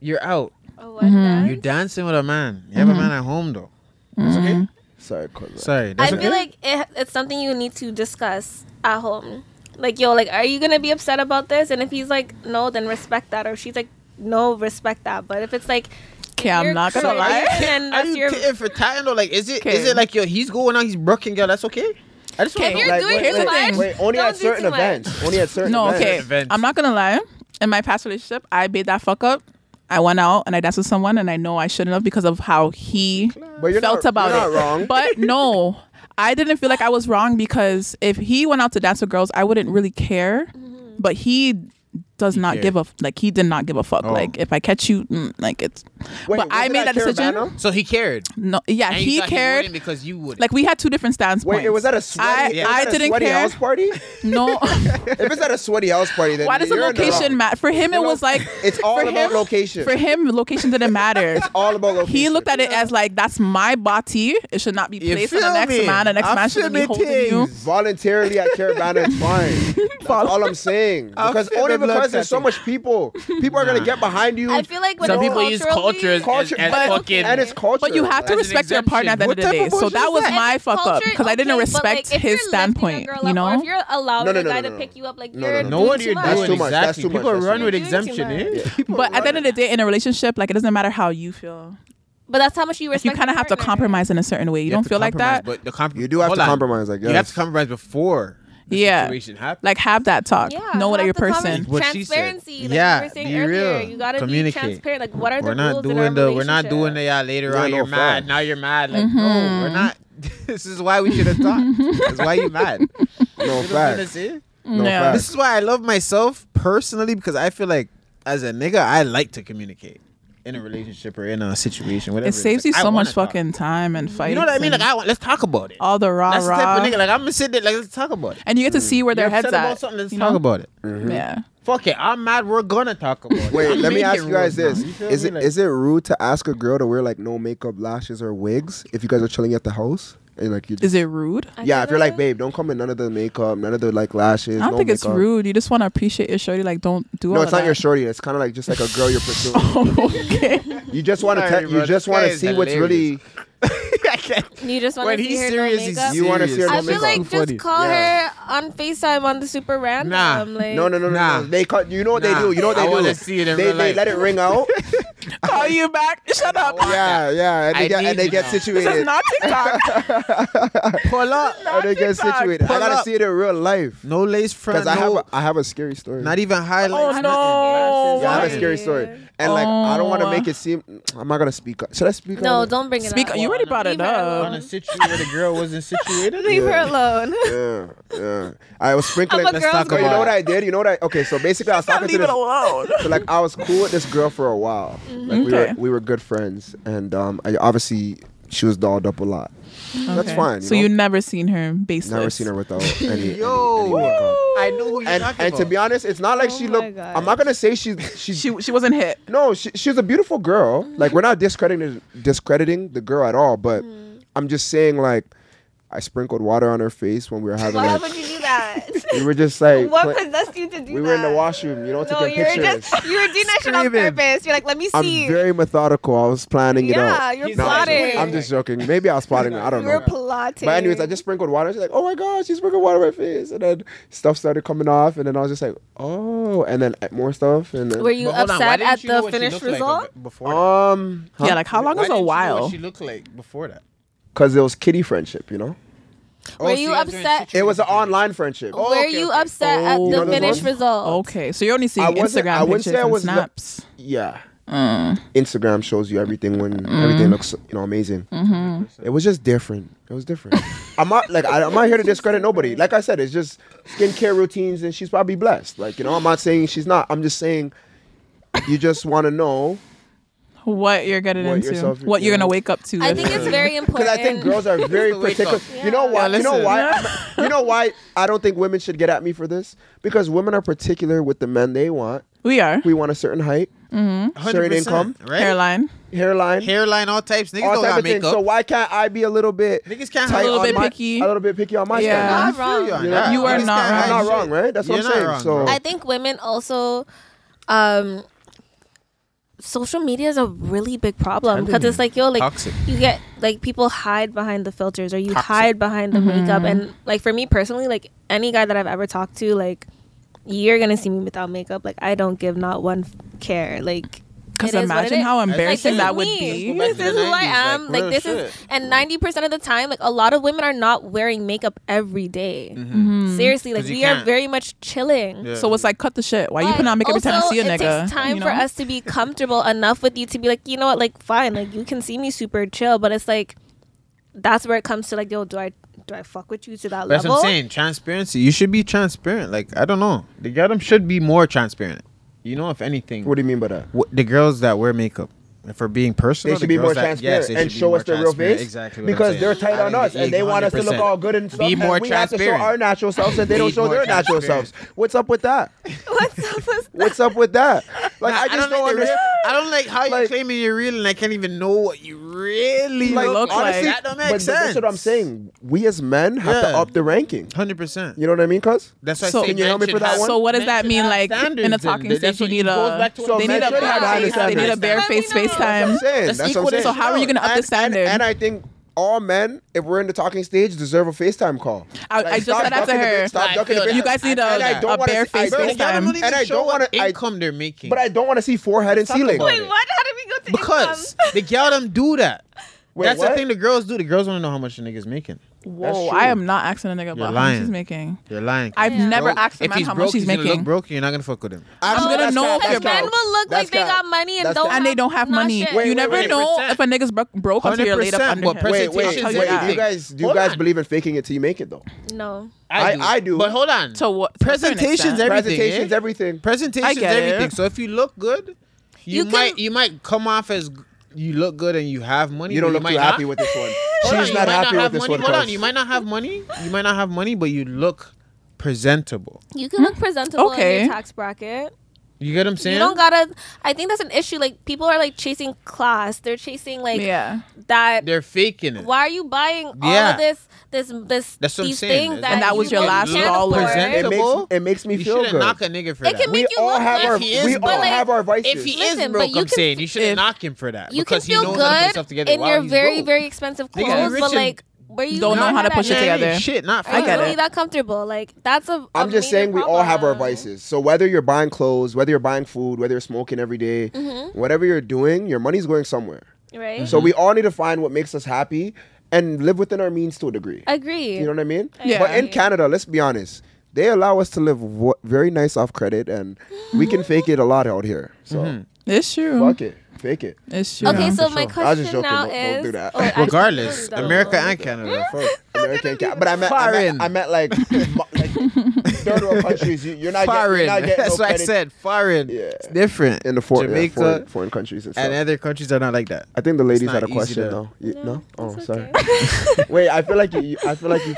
You're out. Oh, what dance? You're dancing with a man. You have a man at home though. It's Mm-hmm. okay. Sorry, Carabana. Sorry. I That's okay. feel like it, it's something you need to discuss at home. Like, yo, like, are you gonna be upset about this? And if he's like, no, then respect that. Or if she's like, no, respect that. But if it's like, Okay, I'm you're not gonna crazy. lie. Are you- and Are that's you your- kidding for Titan though? Like, is it is Okay. it like yo? He's going out. He's broken, girl. That's okay. I just want Okay, if you're Like, doing here's too the much, thing. Wait, only don't at do certain too much. events. Only at certain No, events. okay. Events. I'm not gonna lie. In my past relationship, I made that fuck up. I went out and I danced with someone, and I know I shouldn't have because of how he But you're felt not, about you're it. Not [LAUGHS] wrong. But no, I didn't feel like I was wrong because if he went out to dance with girls, I wouldn't really care. But he does not cared. give a f- like. He did not give a fuck. Oh. Like if I catch you, mm, like it's. Wait, but I was it made at that decision. Carabana? So he cared. No, yeah, And you he thought cared. wouldn't because you would. like we had two different stance Wait, points. it was at a sweaty, I- was I that a didn't sweaty care. [LAUGHS] house party. no. if it's at a sweaty house party, then Why does the you're in the location wrong. matter? For him, You it know, was like It's all for about him- location. For him, location didn't [LAUGHS] matter. all about location. He looked at it as like that's my body. It should not be You placed on the feel next me? man. The next I man feel shouldn't be me holding you. things. voluntarily at Caravana. It's [LAUGHS] fine. That's all I'm saying. I'll Because fit only the blood because there's so typing. much people. People are gonna Nah. get behind you. I feel like when Some it's people use culturally- culture as- culture, and but- fucking- and it's culture. But you have to That's an respect your partner at the end of exemption. the What day. type of So bullshit that is was that? my It's fuck up culture- because I didn't okay, but, like, if respect you're his lifting a girl standpoint. You up or know, if you're allowing No, no, a no, guy no, to no. pick you up, like No, you're no, know doing what too you're much. That's doing too much. exactly. That's too much. People That's run too with much. You're doing exemption, too eh? much. [LAUGHS] People but at the end of run the day, in a relationship, like it doesn't matter how you feel. But that's how much you Like you respect. kind of your have to partner. compromise in a certain way. You, have don't to feel like compromise, that. But the comp- You do have hold to on. compromise, I You have guess. to compromise before the Yeah. situation happens. like have that talk. Yeah, know what have your the conver- person. What she said. transparency. Like Yeah, you were saying be earlier, real. you gotta Communicate. be transparent. Like, what are the we're not rules doing in our the we're not relationship? doing the yeah later Yeah, on no, you're mad facts. now you're mad like no we're Mm-hmm. not [LAUGHS] this is why we should have [LAUGHS] talked that's why you mad You around. No know what I'm trying to facts. say? No Yeah. [LAUGHS] facts. this is why I love myself personally because I feel like as a nigga I like to communicate in a relationship or in a situation whatever It saves you Like, I so much wanna talk. fucking time and fights. you know what I mean like and I want let's talk about it all the rah that's the rah. type of nigga Mm. like I'm gonna sit there like let's talk about it and you get to see where their You're heads upset about at. something let's you talk know? about it Yeah. fuck it I'm mad we're gonna talk about it Wait, I'm [LAUGHS] let me making ask you rules guys this: now. You feel Is me? it Like- is it rude to ask a girl to wear like no makeup, lashes, or wigs if you guys are chilling at the house and like you? Is it rude? I yeah, feel if you're like, that- babe, don't come in none of the makeup, none of the like lashes. I don't no think it's makeup." rude. You just want to appreciate your shorty. Like, don't do all No, it's of not your that. shorty. It's kind of like just like a girl you're pursuing. [LAUGHS] [LAUGHS] okay. You just want Sorry, to bro, you just this want guy to is see what's hilarious. really [LAUGHS] [LAUGHS] I can't- You just want when to see he's her serious, no he's makeup. serious. You wanna see her I no feel makeup. like just call Yeah. her on Facetime on the super random. Nah. Like, no, no, no, no, Nah. no. They cut. You know what Nah. they do. You know what I they do. wanna see it in they real they life. let it [LAUGHS] ring out. Call you back. Shut up. yeah, yeah. And I they get need and they you get now. [LAUGHS] This is situated. not [LAUGHS] TikTok. Pull up. And they get TikTok. situated. I Pull gotta up. see it in real life. No lace front. Because I have No, a, I have a scary story. not even highlights. Oh, nothing. no. yeah, I have a Why? scary story. And like I don't want to Oh. make it seem. I'm not gonna speak. up. Should I speak? No, on it? don't bring it Speak. up. You already brought it Leave her up. alone. On a situation where the girl [LAUGHS] wasn't situated. Leave her alone. Yeah, yeah. I was sprinkling. I'm a Let's girl's talk But you about know it. what I did? You know what I? Okay, so basically I was talking to Leave this. it alone. So like I was cool with this girl for a while. Like Mm-hmm. we Okay. were we were good friends, and um, I, obviously she was dolled up a lot. That's Okay. fine. You so know? you never seen her baseless. never seen [LAUGHS] her without any. any- Yo. any makeup. I know who you're and talking and to about. be honest, it's not like Oh she my looked. God. I'm not gonna [LAUGHS] say she she. She she wasn't hit. no, she, she was a beautiful girl. Mm-hmm. Like we're not discrediting discrediting the girl at all, but Mm-hmm. I'm just saying like I sprinkled water on her face when [LAUGHS] we were having Why like would you do that? we were just like What play- possessed you to do that? we were in the washroom, you know, No, taking you're [LAUGHS] pictures. just you were doing that shit on Screaming. purpose. You're like, let me I'm see. very methodical. I was planning it out. yeah, you're He's like, plotting. I'm just joking. Maybe I was plotting. it. I don't You're know. plotting. But anyways, I just sprinkled water. She's like, "Oh my gosh, she sprinkled water on my face," and then stuff started coming off, and then I was just like, "Oh," and then more stuff, and then Were you But hold on, why upset didn't at you know the what she finished looked like result? ab- before that? um, Yeah, like how long Why is didn't a you know while? What she looked like before that. because it was kitty friendship, you know. Were Oh, you so during upset- situation- It was an online friendship. Oh, Were okay, you okay. upset at the Oh. You know those finished ones? result? Okay, so you're only seeing I wasn't- I Instagram wouldn't pictures say I and was lo- snaps. Yeah. Mm. Instagram shows you everything when everything looks you know amazing. Mm-hmm. It was just different. It was different. [LAUGHS] I'm not like I, I'm not here to discredit nobody. Like I said, it's just skincare routines, and she's probably blessed. Like you know, I'm not saying she's not. I'm just saying you just want to know what you're getting What into, yourself- what you're yeah. gonna wake up to. I if- think it's [LAUGHS] very because important. I think [LAUGHS] girls are very the wake particular. up. You know Yeah. why? Yeah, [LAUGHS] you know listen. why? I'm- you know why? I don't think women should get at me for this because women are particular with the men they want. We are. We want a certain height, certain 100%, income, right? Hairline. hairline, hairline, all types. Niggas all don't type got of things. makeup. So why can't I be a little bit Niggas can't tight hide. A little on bit my- picky. a little bit picky on my Yeah. standards? Not I feel you. wrong. on that. You are Niggas not can't wrong. hide I'm not shit. wrong, right? That's what You're I'm saying. not wrong, So- bro. I think women also um social media is a really big problem Telling because it's you. like yo like Toxic. you get like people hide behind the filters or you Toxic. hide behind the Mm-hmm. makeup and like for me personally like any guy that I've ever talked to like you're going to see me without makeup like I don't give not one f- care like Because it is what it imagine is. how Like, embarrassing this that is would me. be. back to This is the who I 90s, am. like, Like, real this shit. is, and ninety percent of the time, like a lot of women are not wearing makeup every day. Mm-hmm. Seriously, like 'Cause Mm-hmm. you we are can't. very much chilling. Yeah. So it's like cut the shit. Why you But put on makeup every time you also, see a nigga? It takes time you for know? us to be comfortable enough with you to be like, you know what, like fine, like you can see me super chill, but it's like that's where it comes to like, yo, do I do I fuck with you to that That's level? what [LAUGHS] I'm saying. Transparency. You should be transparent. Like I don't know. The them should be more transparent. You know, if anything, What do you mean by that? wh- the girls that wear makeup, if we're being personal, They should the be more girls that- transparent yes, they and should be show more us their real transparent. face. Exactly. what I'm Because saying. they're tight I on think us and they want us to look 100%. all good and stuff. Be more and we have to show transparent. our natural selves and they Be don't show more their natural transparent. selves. What's up with that? What's up with [LAUGHS] What's up with that? Like I just don't, like don't, the real- understand. [LAUGHS] I don't like how you're Like- claiming you're real, and I can't even know what you really Like, look look like. like- That don't make but sense. That's what I'm saying. We as men have to Yeah. up the ranking. Hundred percent. You know what I mean? Cause That's why So- I say Can you help me men for should that have- one? So what does that should mean? have like in a standards talking then. stage, That's you what- need it goes a back to So what they men need a should have high bare face, they need a standards. bare Let me know. face That's what FaceTime. I'm saying. That's That's what I'm equal to- saying. so how are you gonna up the And- and- standard? And I think all men, if we're in the talking stage, deserve a FaceTime call. I- I just stop said that to ducking the her. bitch, Stop I ducking the feel bitch. that. You guys need I- and a, I don't a wanna bare see- I face don't- Bro, y'all don't FaceTime. even And I show don't what wanna- I- income they're making. But I don't want to see forehead and Let's talk ceiling. about Wait, what? How did we go to because income? the gal them do that. Wait, That's the what? thing the girls do. The girls want to know how much the niggas making. Whoa, true. I am not asking a nigga You're about how much lying. he's making. They're lying. I've Yeah. never Broke- asked a if man he's how broke, much he's he's gonna making. Look broke, you're not gonna fuck with him. I'm gonna That's know cap, if that's you're- cap. men will look That's like they cap. got money and That's don't cap. and they don't have Not money. shit. Wait, you wait, never wait. know 100%. if a nigga's bro- broke until you're laid up 100%, under but him. pres- Wait, wait, Presentations wait. is Do you everything. guys, do you Hold guys on. believe in faking it till you make it though? Um, no. I- I do. But hold on. To what- to a certain presentations, extent. everything. Presentations, eh? everything. I Presentations, get it. everything. So if you look good, you, You can- might you might come off as g- you look good and you have money. You don't but look might too not. happy with this one. Hold on, She's you not might happy have with this money. one. Hold on, cuz. you might not have money. You might not have money, but you look presentable. You can look presentable in Hmm? Okay. your tax bracket. You get what I'm saying? You don't gotta. I think that's an issue. Like people are like chasing class. They're chasing like yeah. that. They're faking it. Why are you buying all Yeah. of this? This this That's what I'm these saying. things That's- that And that you was your really last can't dollar. afford? Presentable. it makes, it makes me you feel shouldn't good. knock a nigga for It that. can we make you all look have good. our If he is we all broke- have our vices. If he is Listen, but broke, you I'm can saying f- you shouldn't if- knock him for that You can because he feel knows how to put himself good together in while your he's very broke. very expensive Niggas clothes, rich but and- like where you Don't know learn how to that push it you're together. Shit, not Are I you get really it. that comfortable? Like that's a. a I'm just major saying we all have our problem. vices. So whether you're buying clothes, whether you're buying food, whether you're smoking every day, whatever you're doing, your money's going somewhere. right? So we all need to find what makes us happy and live within our means to a degree. Agree. You know what I mean? Yeah. But in Canada, let's be honest, they allow us to live w- very nice off credit, and we can fake it a lot out here. So Mm-hmm. It's true. fuck it, fake it. It's true. okay, so my sure. I was question just joking. now Don't- is, don't do that. Oh, actually, Regardless, don't. America and Canada. fuck. American Ca- but I meant, I Foreign. meant, I meant like, [LAUGHS] mo- like third world countries. You, you're not getting, Foreign. you're not getting That's what no I credit said. Foreign. Yeah. It's different. in the foreign, yeah, Jamaica foreign, foreign countries and stuff. and other countries are not like that. I think the ladies not had a easy question to- though. You, no, oh it's sorry. [LAUGHS] okay. wait, I feel like you. you- I feel [LAUGHS] like you.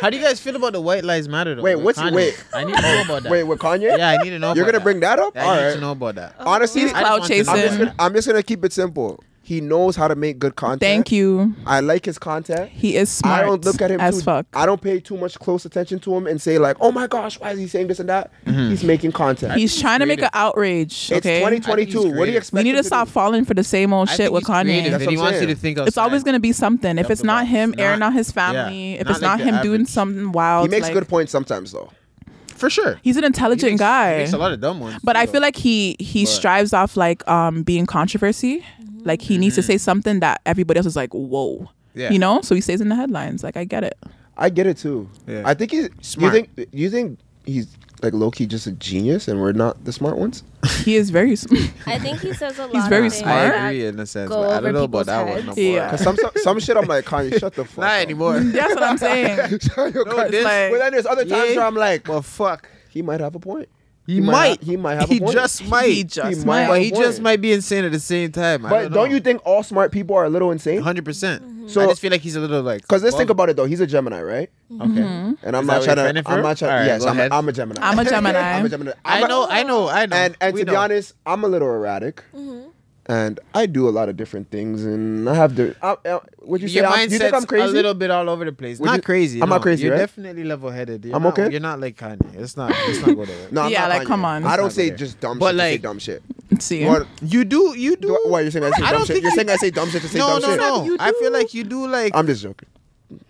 How do you guys feel about the White Lives Matter? Though? Wait, with what's- Kanye? wait. I need to know about that. Wait, with Kanye? yeah, I need to know. You're about gonna bring that up? I All need right. to know about Oh, that. Honestly, He's I cloud just want to know. I'm just chasing. gonna. I'm just gonna keep it simple. He knows how to make good content. Thank you. I like his content. He is smart. I don't look at him as too, fuck. I don't pay too much close attention to him and say like, "Oh my gosh, why is he saying this and that?" Mm-hmm. He's making content. He's trying to make an creative. outrage. it's Okay. 2022. What do creative. you expect? We need him to stop do? falling for the same old I shit think with he's creative Kanye. That's and he what I'm wants you to saying. think It's always outside. gonna be something. If Out it's the not box. him Not- airing out his yeah, family, if not it's like not the him doing average. something wild, He makes like- good points sometimes though. for sure. He's an He intelligent makes- guy. He makes a lot of dumb ones. but too, I feel though. like he he strives off like um being controversy. Like he needs to say something that everybody else is like, whoa. Mm-hmm. Yeah. You know? So he stays in the headlines. Like I get it. I get it too. Yeah. I think he's Smart. You think you think he's like low key just a genius and we're not the smart ones? He is very smart. I think he says a lot. very of things smart. that I agree in a sense, go but I over don't know people's about that one. heads. No more. Yeah. Cause some, some some shit I'm like Kanye, shut the [LAUGHS] fuck. Not up. [LAUGHS] anymore. [LAUGHS] That's what I'm [LAUGHS] saying. [LAUGHS] Shut [LAUGHS] your No, it cunt. is. like- but then there's other times Yeah. where I'm like, Well, fuck. he might have a point. He, ha- he might have. He a point. just might. He just might. have But a he point. just might be insane at the same time. I But don't, know. you think all smart people are a little insane? 100%. I So, just feel like he's a little like. because let's think vulgar. about it though, he's a Gemini, right? Okay. Mm-hmm. And I'm Is that not what you're trying to. finding for? I'm not trying. All right, yes, go I'm ahead. a, [LAUGHS] I'm a Gemini. I'm a Gemini. I'm a Gemini. I'm I a- know, I know, I know. And and We to be know. honest, I'm a little erratic, Mm-hmm. and I do a lot of different things, and I have the. I, I, would you say your I'm, mindset's you think I'm crazy? a little bit all over the place. Would not you- crazy. I'm not no. crazy, You're right? definitely level-headed. You're I'm not- okay? You're not like Kanye. It's not. It's not go there. [LAUGHS] No, I'm Yeah, not like, Kanye. come on. I don't Let's say not go just dumb there. shit But, to say like- dumb shit. See, What? You do. You do. Do, why you're saying I say I dumb don't shit? think You're you- saying I say dumb shit to say no, dumb no, shit? no. I feel like you do like I'm just joking.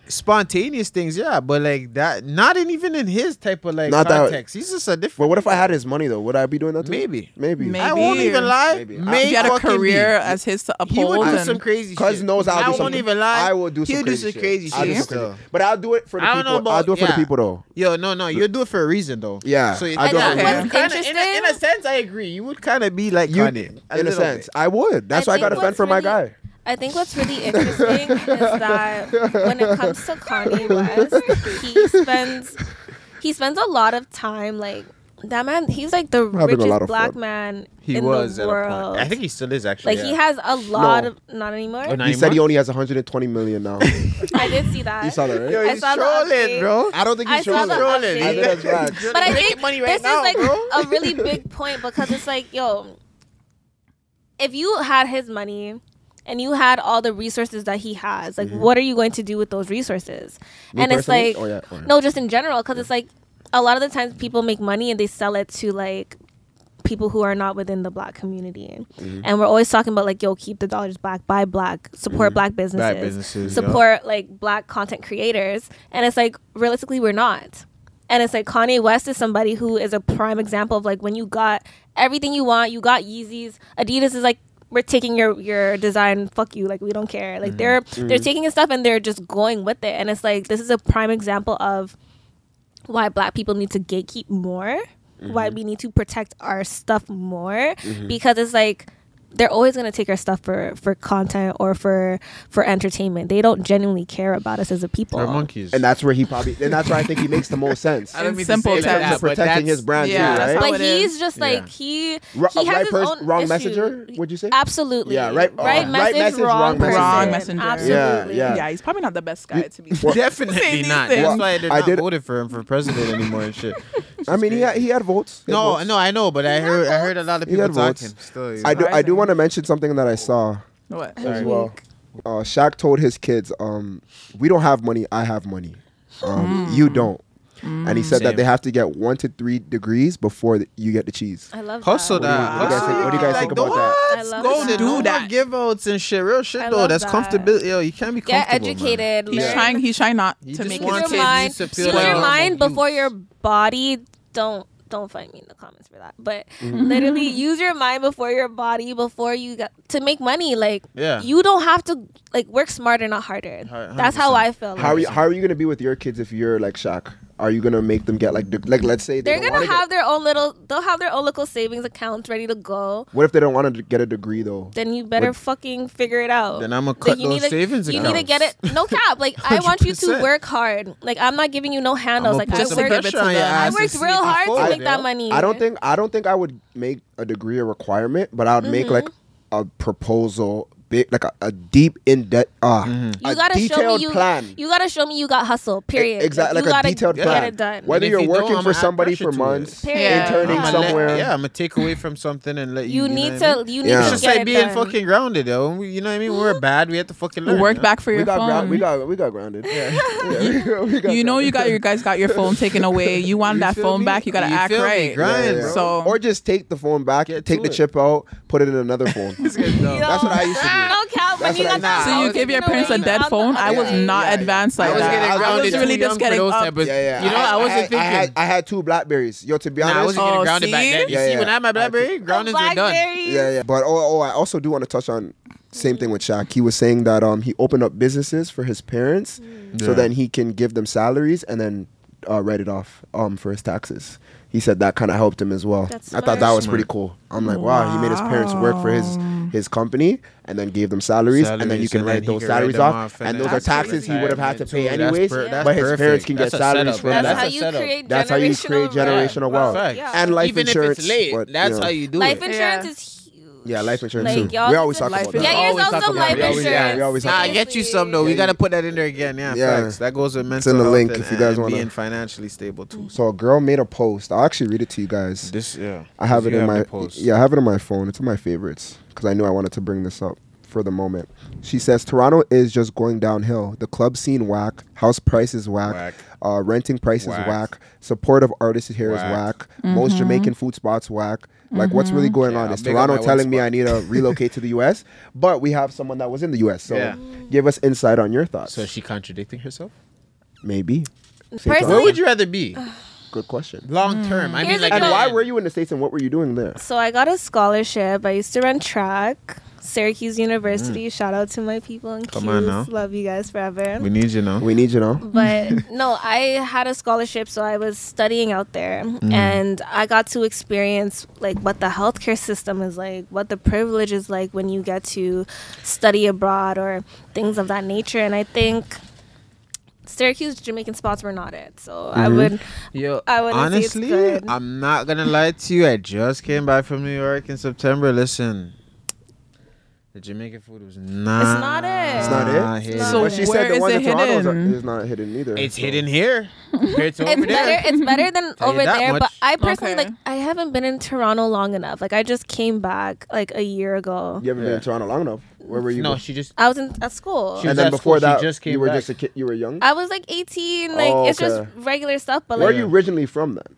spontaneous things, yeah, but like that, not in, even in his type of like Not that- context. He's just a But different. what if I had his money though? Would I be doing that? Too? Maybe. Maybe. Maybe. I won't even lie. Maybe. Maybe. I- if you had a career as his to he uphold, would do and some crazy shit. Cuz knows I'll I do won't something. even lie. I will do some He'll crazy do some crazy I'll do shit. some crazy- But I'll do it for the I people. don't know about. I'll do it for yeah. the people though. Yo, no, no, you'll do it for a reason though. Yeah, So I I do it for a And that's reason. what's in, interesting. a, in a sense, I agree. You would kind of be like You, Kanye, a in a little sense, bit. I would. That's why I think got offended what's for my really- guy. I think what's really interesting is that when it comes to Kanye West, he spends he spends a lot of time like that man. He's like the a lot richest of black fun. man He in was the at a world. point. I think he still is actually. like he has a lot No. of not anymore. Oh, not He said he anymore? only has 120 million [LAUGHS] now. I did see that. you saw that, Yo, right? I he's saw the update. trolling, bro. I don't think I he's saw trolling. the Trolling. I update. think that's facts. But I Making think money this right now, is like bro. a really big point because it's like, yo, if you had his money and you had all the resources that he has, like, what are you going to do with those resources? Me and it's personally? like, Oh, yeah, oh, yeah. no, just in general, because it's like a lot of the times people make money and they sell it to like people who are not within the black community. Mm-hmm. And we're always talking about like, yo, keep the dollars black, buy black, support black businesses, Mm-hmm. businesses, yeah. support like black content creators. And it's like realistically we're not. And it's like Kanye West is somebody who is a prime example of like when you got everything you want, you got Yeezys. Adidas is like we're taking your your design, fuck you, like we don't care. Mm-hmm. Like they're they're taking his stuff and they're just going with it. And it's like this is a prime example of why black people need to gatekeep more, Mm-hmm. why we need to protect our stuff more because it's like they're always going to take our stuff for for content or for for entertainment. They don't genuinely care about us as a people. Or monkeys. And that's where he probably. And that's where I think he makes the most sense. don't mean to simple say it like terms. that, He's protecting his brand yeah, too, that's right? how but it is. he's just like Yeah. he he Ro- has right his person- own wrong issue. messenger, would you say? Absolutely. Yeah, right- oh, Right, right message, message, wrong, wrong person. messenger. Wrong messenger. Absolutely. Yeah, yeah, he's probably not the best guy to be. Definitely Saying not. these things. That's why they're I not did- voting for him for president anymore and [LAUGHS] shit. I mean, he had, he had votes. He had No, votes. no, I know, but I heard I heard a lot of He people had talking. votes. Still, you I know. do. I do want to mention something that I saw What? as well. Uh, Shaq told his kids, um, "We don't have money. I have money. Hmm. Um, You don't." And he said Same. that they have to get one to three degrees before th- you get the cheese. I love Hustle that. that. What do you guys think- what do you guys think about that? I love Go that. do Do that. that. Give outs and shit. Real shit I though. love That's that. comfortability. Yo, you can't be Get comfortable, man. educated. He's learn. trying. He's trying not You to just make want Use his kids your mind. to feel Use like your normal mind before youths. your body. Don't don't find me in the comments for that. But Mm-hmm. literally, use your mind before your body. Before you got to make money, like Yeah. you don't have to like work smarter, not harder. Hu- That's how 100%. I feel. How are like. you, how are you gonna be with your kids if you're like Shaq? Are you gonna make them get like de- like let's say they They're don't gonna wanna have Get, their own little. They'll have their own little savings accounts ready to go. what if they don't want to get a degree though? Then you better Would- fucking figure it out. Then I'ma Like, cut you those need to- savings You need to get it. No cap. [LAUGHS] Like I want you to 100%. work hard. Like I'm not giving you no handouts. I'ma Like put I Just some to give worked. it pressure on to your them. I ass to worked see if real you hard fold to it, make that yo. money. I don't think I don't think I would make a degree a requirement, but I would make like Mm-hmm. a proposal, big like a, a deep in depth, uh, You Mm-hmm. a gotta show detailed me you. plan. You gotta show me you got hustle. Period. exactly, you like gotta a detailed get plan. it done. What- And Whether if you're you don't, working I'ma for add somebody pressure for to it. months, Period. interning I'ma let- somewhere, yeah, I'm gonna take away from something and let you. You know need what I mean? to. You need to Yeah. It's get just like it being done. fucking grounded, yo. We- You know what I [LAUGHS] mean? We're bad. We have to fucking learn. Work yo. back for we your got phone. ground, we got we got grounded. [LAUGHS] Yeah. Yeah, we got you know, you grounded. got your guys got your phone taken away. You want You that feel phone me? back. You gotta You act feel me? right. Grind, Yeah, yeah. bro. So- or just take the phone back, Get take the to it. chip out, put it in another [LAUGHS] phone. You That's know? what I used to do. No cap. When That's you what got that I used to do. So house, you give your know, parents a like, dead out the phone? [LAUGHS] I was house. not Yeah, yeah. advanced like I was Yeah, that. getting I was grounded. really too just young getting for those up. Type of, Yeah, yeah. You know, I, wasn't I thinking. had, I had two Blackberries. Yo, to be Nah, I honest, wasn't Oh, getting grounded back see? then. You Yeah, see, yeah. when I had my BlackBerry, groundings were done. Blackberries. Yeah, yeah. But oh, oh, I also do want to touch on same thing with Shaq. He was saying that um he opened up businesses for his parents, so Yeah. then he can give them salaries and then uh, write it off um for his taxes. He said that kind of helped him as well. That's I thought that smart. was pretty cool. I'm like, wow. he made his parents work for his his company and then gave them salaries, and then you Salaries, can and then write he those can write salaries them off, off, and and those then are taxes he would have had to retirement too. pay That's anyways. per- that's but his parents perfect. can get That's a salaries setup, from bro. that. That's, That's how a you setup. create. That's how you generational create wealth. generational wealth Facts. Yeah. and life Even if insurance. it's late, but, you that's know. how you do Life it. insurance is huge. Yeah, life insurance Like, too. y'all we always need to talk life about that. Get always yourself talk some about life it. We always- insurance. yeah, we always talk Nah, get you some though. Seriously. You gotta put that in there again. Yeah, Yeah. facts. That goes with mental in the health link and- if you guys and wanna- being financially stable too. So a girl made a post. I'll actually read it to you guys. This yeah. I have You it in the my post. yeah, I have it in my phone. It's in my favorites because I knew I wanted to bring this up for the moment. She says Toronto is just going downhill. The club scene whack, house prices whack, Whack. Uh, renting prices whack. Whack. support of artists here is Whack. whack. Most Jamaican food spots whack. Like what's really going Yeah, on? Is I'll big up Toronto my telling one me spot. I need [LAUGHS] to relocate to the U.S.? But we have someone that was in the U.S. So Yeah. give us insight on your thoughts. So is she contradicting herself? Maybe. Personally- Where would you rather be? Good question. Long term. I mean Mm. Here's like the And No. why were you in the states and what were you doing there? So I got a scholarship. I used to run track, Syracuse University. Shout out to my people in Mm. Come Cuse. on now. Love you guys forever. We [LAUGHS] need you now. We need you know. but no, I had a scholarship, so I was studying out there, Mm. and I got to experience like what the healthcare system is like, what the privilege is like when you get to study abroad or things of that nature. And I think Syracuse Jamaican spots were not it, so I Mm-hmm. would Yo, I wouldn't say it's honestly, good. I'm not gonna lie to you. I just came back from New York in September. Listen, the Jamaican food was not. not it. It's not it. So but she said where the is one it in Toronto is- hidden? is not hidden either. it's so- hidden here [LAUGHS] compared to it's over there. better. It's better than Tell you over that there. But much. I personally Okay. like. I haven't been in Toronto long enough. Like I just came back like a year ago. You haven't been in Yeah. Toronto long enough. Where were you? No, before? she just. I was in at school. She was and then at before school, she that, just came you were back. just a kid. You were young. I was like 18. Like Oh, it's just okay. regular stuff. But Where like, are you originally from then?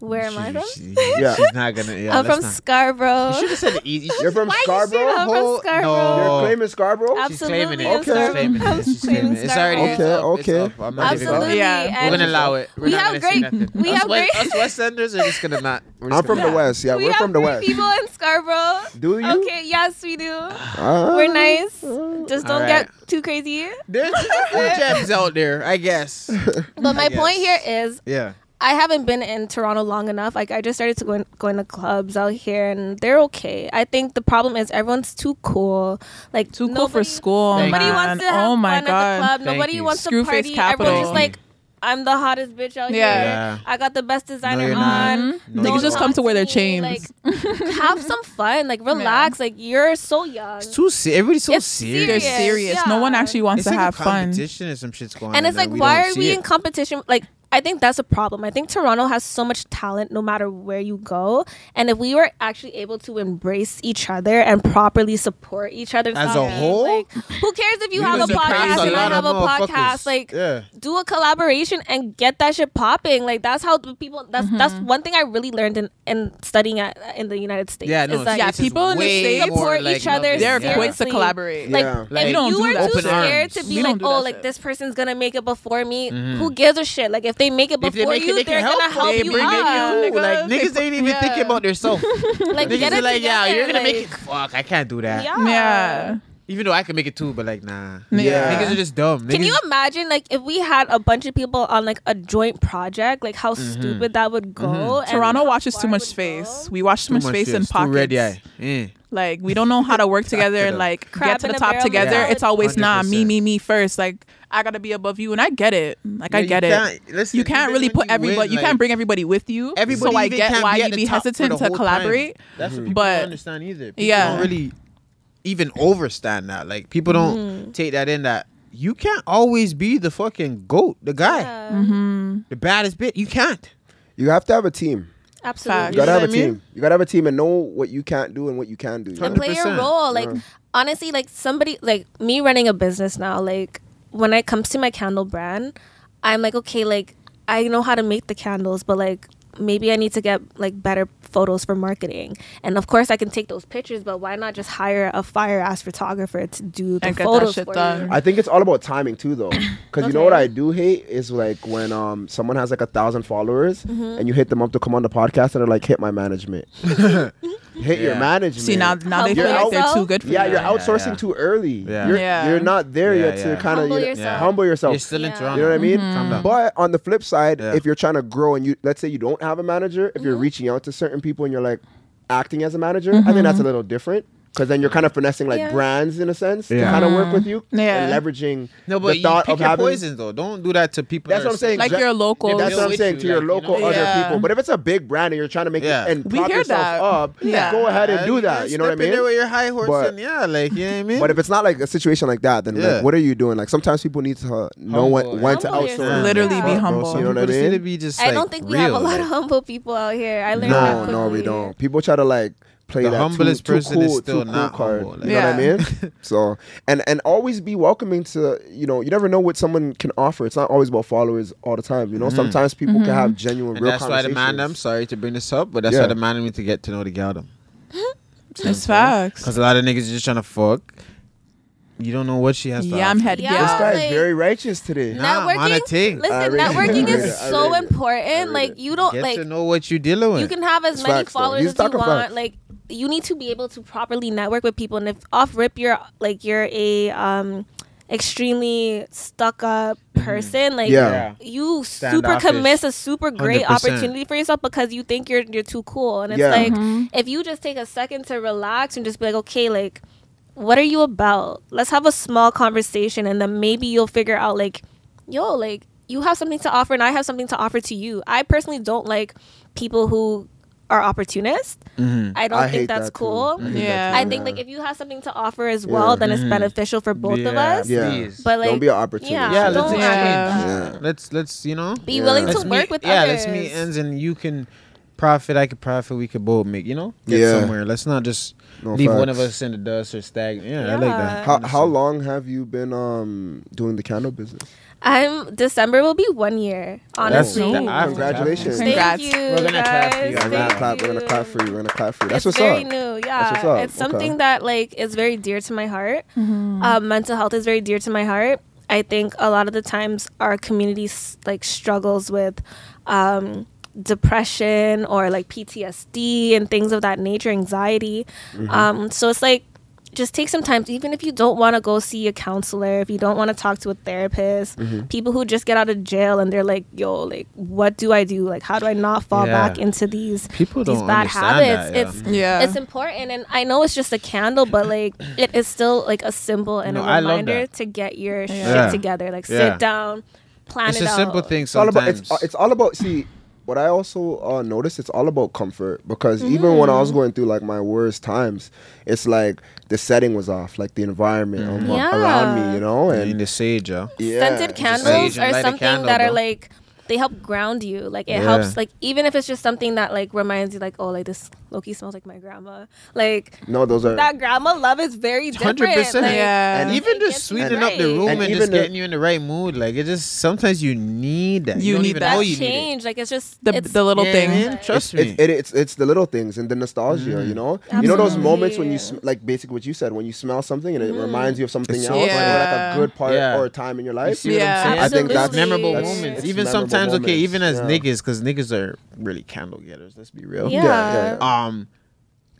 where am she- I from? She, Yeah. she's not gonna. Yeah, I'm let's from not- Scarborough. You should have said it easy. You're from Why you say Scarborough. that? I'm from Whole- Scarborough. No. You're claiming Scarborough. Ab- She's claiming it. Absolutely, I'm She's sorry. claiming I'm it. She's claiming claiming it. It's Scarborough. already it's Okay, up, it's okay. up. I'm not even Absolutely. gonna- Yeah. and We're gonna allow it. We're We not have gonna say great- nothing. we us have West, great- us West Enders are just gonna not. we're just I'm from gonna- the west. Yeah, we are have from the great west. people in Scarborough. Do you? Okay, yes, we do. Ah. We're nice. Just don't All right. get too crazy. There's food gems out there, I guess. But my point here guess. is, Yeah. I haven't been in Toronto long enough. Like I just started to go in, going to clubs out here, and they're okay. I think the problem is everyone's too cool. Like Too cool for nobody- school. Thank Nobody you. man. wants to have oh my fun god. at the club. Thank nobody you. wants to Screwface party. capital. Everyone's just like, I'm the hottest bitch out Yeah. here. Yeah. I got the best designer you're not. on. No, Niggas you're just not. come to wear their chains. Like, have some fun. [LAUGHS] Like, relax. Like, you're so young. It's too se- everybody's so It's serious. They're serious. serious. No one yeah. actually wants It's to like have a fun. competition and some shit's going on. and it's like, that we why don't are see we it. in competition? Like, I think that's a problem. I think Toronto has so much talent no matter where you go. And if we were actually able to embrace each other and properly support each other As a something, whole? like, who cares if you We have a would surpass podcast a and I lot have a of podcast? motherfuckers. Like, Yeah. do a collaboration and get that shit popping. Like, that's how the people, that's that's one thing I really learned in, in studying at, in the United States. Yeah, is no, that yeah, it's just people in the way States more, support like, each other. loving. They're Yeah. quick to seriously. collaborate. Like, Yeah. Like, we if don't you do were that too shit. Open scared arms. to We be don't like, do oh, that like shit. this person's gonna make it before me. Who gives a shit? Like if they make it Mm-hmm. If they before make it, you, they they are can help. gonna help They you bring it up. Ooh, Nigga, like they- niggas ain't even yeah. thinking about themselves. Like niggas get are it like, yeah, together, you're gonna make like- it. Fuck, I can't do that. Yeah. yeah. Even though I can make it too, but like, nah. Yeah. Niggas are just dumb. Can Niggas- you imagine like if we had a bunch of people on like a joint project, like how Mm-hmm. stupid that would go? and Toronto how watches too far it much would space. go? We watch too, much space shit. and It's too pockets. ready eye. Eh. Like we don't know how to work together and like Crab get to in the a top barrel together. mentality. It's always nah, me, 100%. me, me first. Like I gotta be above you, and I get it. Like I Yeah, you get it. can't- listen, you can't even really when put you everybody. win, you can't like, bring everybody with you. Everybody so I even get can't why be at you'd the be top for the hesitant to whole time. collaborate. That's what people But- don't understand either. People Yeah. don't really even overstand that. Like people don't take that in that you can't always be the fucking goat, the guy, Yeah, the baddest bit. You can't. [LAUGHS] You have to have a team. Absolutely. You gotta know have a what I mean? team. You gotta have a team and know what you can't do and what you can do. you know? and play your 100%. role. Like honestly, like somebody like me running a business now, like when it comes to my candle brand, I'm like, okay, like I know how to make the candles, but like maybe I need to get like better photos for marketing. And of course I can take those pictures, but why not just hire a fire ass photographer to do the And get that photos shit for done. you? I think it's all about timing too, though, because you know Okay. what I do hate is like when um someone has like a thousand followers and you hit them up to come on the podcast and they're like, hit my [LAUGHS] management, hit your Yeah. management. See now, now they Humble feel like they're yourself. too good for yeah, you. you're Yeah, yeah, outsourcing yeah. too early. Yeah. You're, Yeah. you're not there Yeah, yet to yeah. kind of Humble you know, yourself. humble yourself. You're still in Yeah. Toronto. You know what I mean? Calm Mm-hmm. down. But on the flip side, Yeah. if you're trying to grow and you let's say you Mm-hmm. don't Mm-hmm. have a manager, if you're reaching out to certain people and you're like acting as a manager, I think that's a little different. Because then you're kind of finessing like Yeah. brands in a sense to Yeah. kind of work with you. Yeah. And leveraging No, but the you thought pick of your having. poisons though. Don't do that to people. That's that what I'm are- saying. like Exact- your local. That's deal what I'm with saying you, to your like, you local know? other Yeah. people. But if it's a big brand and you're trying to make Yeah. and We prop hear yourself that. up, Yeah. go ahead Yeah, and do you that. just You know what I step in there mean? with your high horse But- and yeah, like you know what I mean. But if it's not like a situation like that, then Yeah. like, what are you doing? Like sometimes people need to uh, know Humble when, when to yourself. outsource. Yeah. Literally be Fuck, bro, humble. so You know what I People just need mean? to be just, I like, don't think we real, have a lot like- of humble people out here. I learned that No, quickly. no, we don't. People try to like play The that humblest too, person too is cool, still too cool not card. humble, You know Yeah. what I mean? [LAUGHS] so and and always be welcoming to you know you never know what someone can offer. It's not always about followers all the time. You know sometimes people Mm-hmm. can have genuine Mm-hmm. And real that's why the conversations. man, I'm sorry to bring this up, but that's Yeah. why the man need to get to know the gal them. It's facts. Because a lot of niggas just trying to fuck. You don't know what she has to Yam offer. head Yeah. gal. this guy's like- very righteous today. Nah, I'm on a networking. ting. I Listen, read it. networking [LAUGHS] I read it. is I so read it. important. read Like it. you don't Get like to know what you're dealing with. you can have as It's many facts, though. followers He's as you talking want. facts. Like you need to be able to properly network with people. And if off rip, you're like you're a um extremely stuck up person. Like Mm-hmm. Yeah. Yeah. you super Standoffish. could miss a super great 100%. opportunity for yourself because you think you're you're too cool. And it's Yeah. like Mm-hmm. if you just take a second to relax and just be like, okay, like what are you about? Let's have a small conversation and then maybe you'll figure out like, yo, like you have something to offer and I have something to offer to you. I personally don't like people who are opportunist. Mm-hmm. I don't I hate think that's that too. Mm. cool. I hate that Yeah. too, I think yeah. like if you have something to offer as well, then Mm. it's beneficial for both of us. Yeah. please. But like don't be an opportunity. yeah, yeah, don't let's act Yeah. like that. Yeah. let's let's you know Be Yeah. willing let's to work meet- with yeah, others. let's meet ends and you can profit. I could profit. We could both make you know get Yeah. somewhere. Let's not just No leave one of us facts. in the dust or stagnant. Yeah, I like that. Yeah. How how long have you been um doing the candle business? I'm December will be one year. That's- Honestly, that- I- Congratulations. thank Congrats. you. We're gonna clap guys. for you. We're gonna Thank clap. We're gonna you. clap for you. We're gonna clap for you. That's it's what's very up. new. Yeah, That's what's up. it's something Okay. that like is very dear to my heart. Um, mental health is very dear to my heart. I think a lot of the times our community s- like struggles with um, depression or like PTSD and things of that nature, anxiety. Mm-hmm. Um, so it's like just take some time, even if you don't want to go see a counselor, if you don't want to talk to a therapist, Mm-hmm. people who just get out of jail and they're like, yo, like, what do I do? Like, how do I not fall Yeah. back into these People these don't bad understand habits? It's that, yeah. Yeah. it's important, and I know it's just a candle, but [CLEARS THROAT] like it is still like a symbol and No, a I love reminder that. to get your Yeah. shit together. Like Yeah. sit down, plan It's it a out. simple thing it's all sometimes. about it's, uh, it's all about see what i also uh noticed it's all about comfort because even when i was going through like my worst times it's like the setting was off like the environment Mm. um, Yeah. around me you know I mean, and the sage, Uh, yo. yeah, Scented just candles sage and are light a something candle, that are bro. like they help ground you. Like it Yeah. helps. Like even if it's just something that like reminds you, like oh, like this Loki smells like my grandma. Like no those are that grandma love is very different. 100%. Like, Yeah. And And even it just gets you sweetening up the right. room And and, even just the- getting you in the right mood, like it just sometimes you need that. You don't need even that know That you need it. change, like it's just The it's, the little Yeah, thing. man, Trust me. Mm. It's, it, it's it's the little things and the nostalgia, you know. You know those Absolutely. moments when you sm- like basically what you said when you smell something and it reminds you of something It's so else, or like funny. a good part Yeah. or a time in your You life. see what Yeah. I'm saying? I think that's- It's memorable Absolutely. moments. It's even memorable sometimes, okay, moments, even as yeah. niggas, because niggas are really candle getters. Let's be real. yeah. yeah, yeah. Um,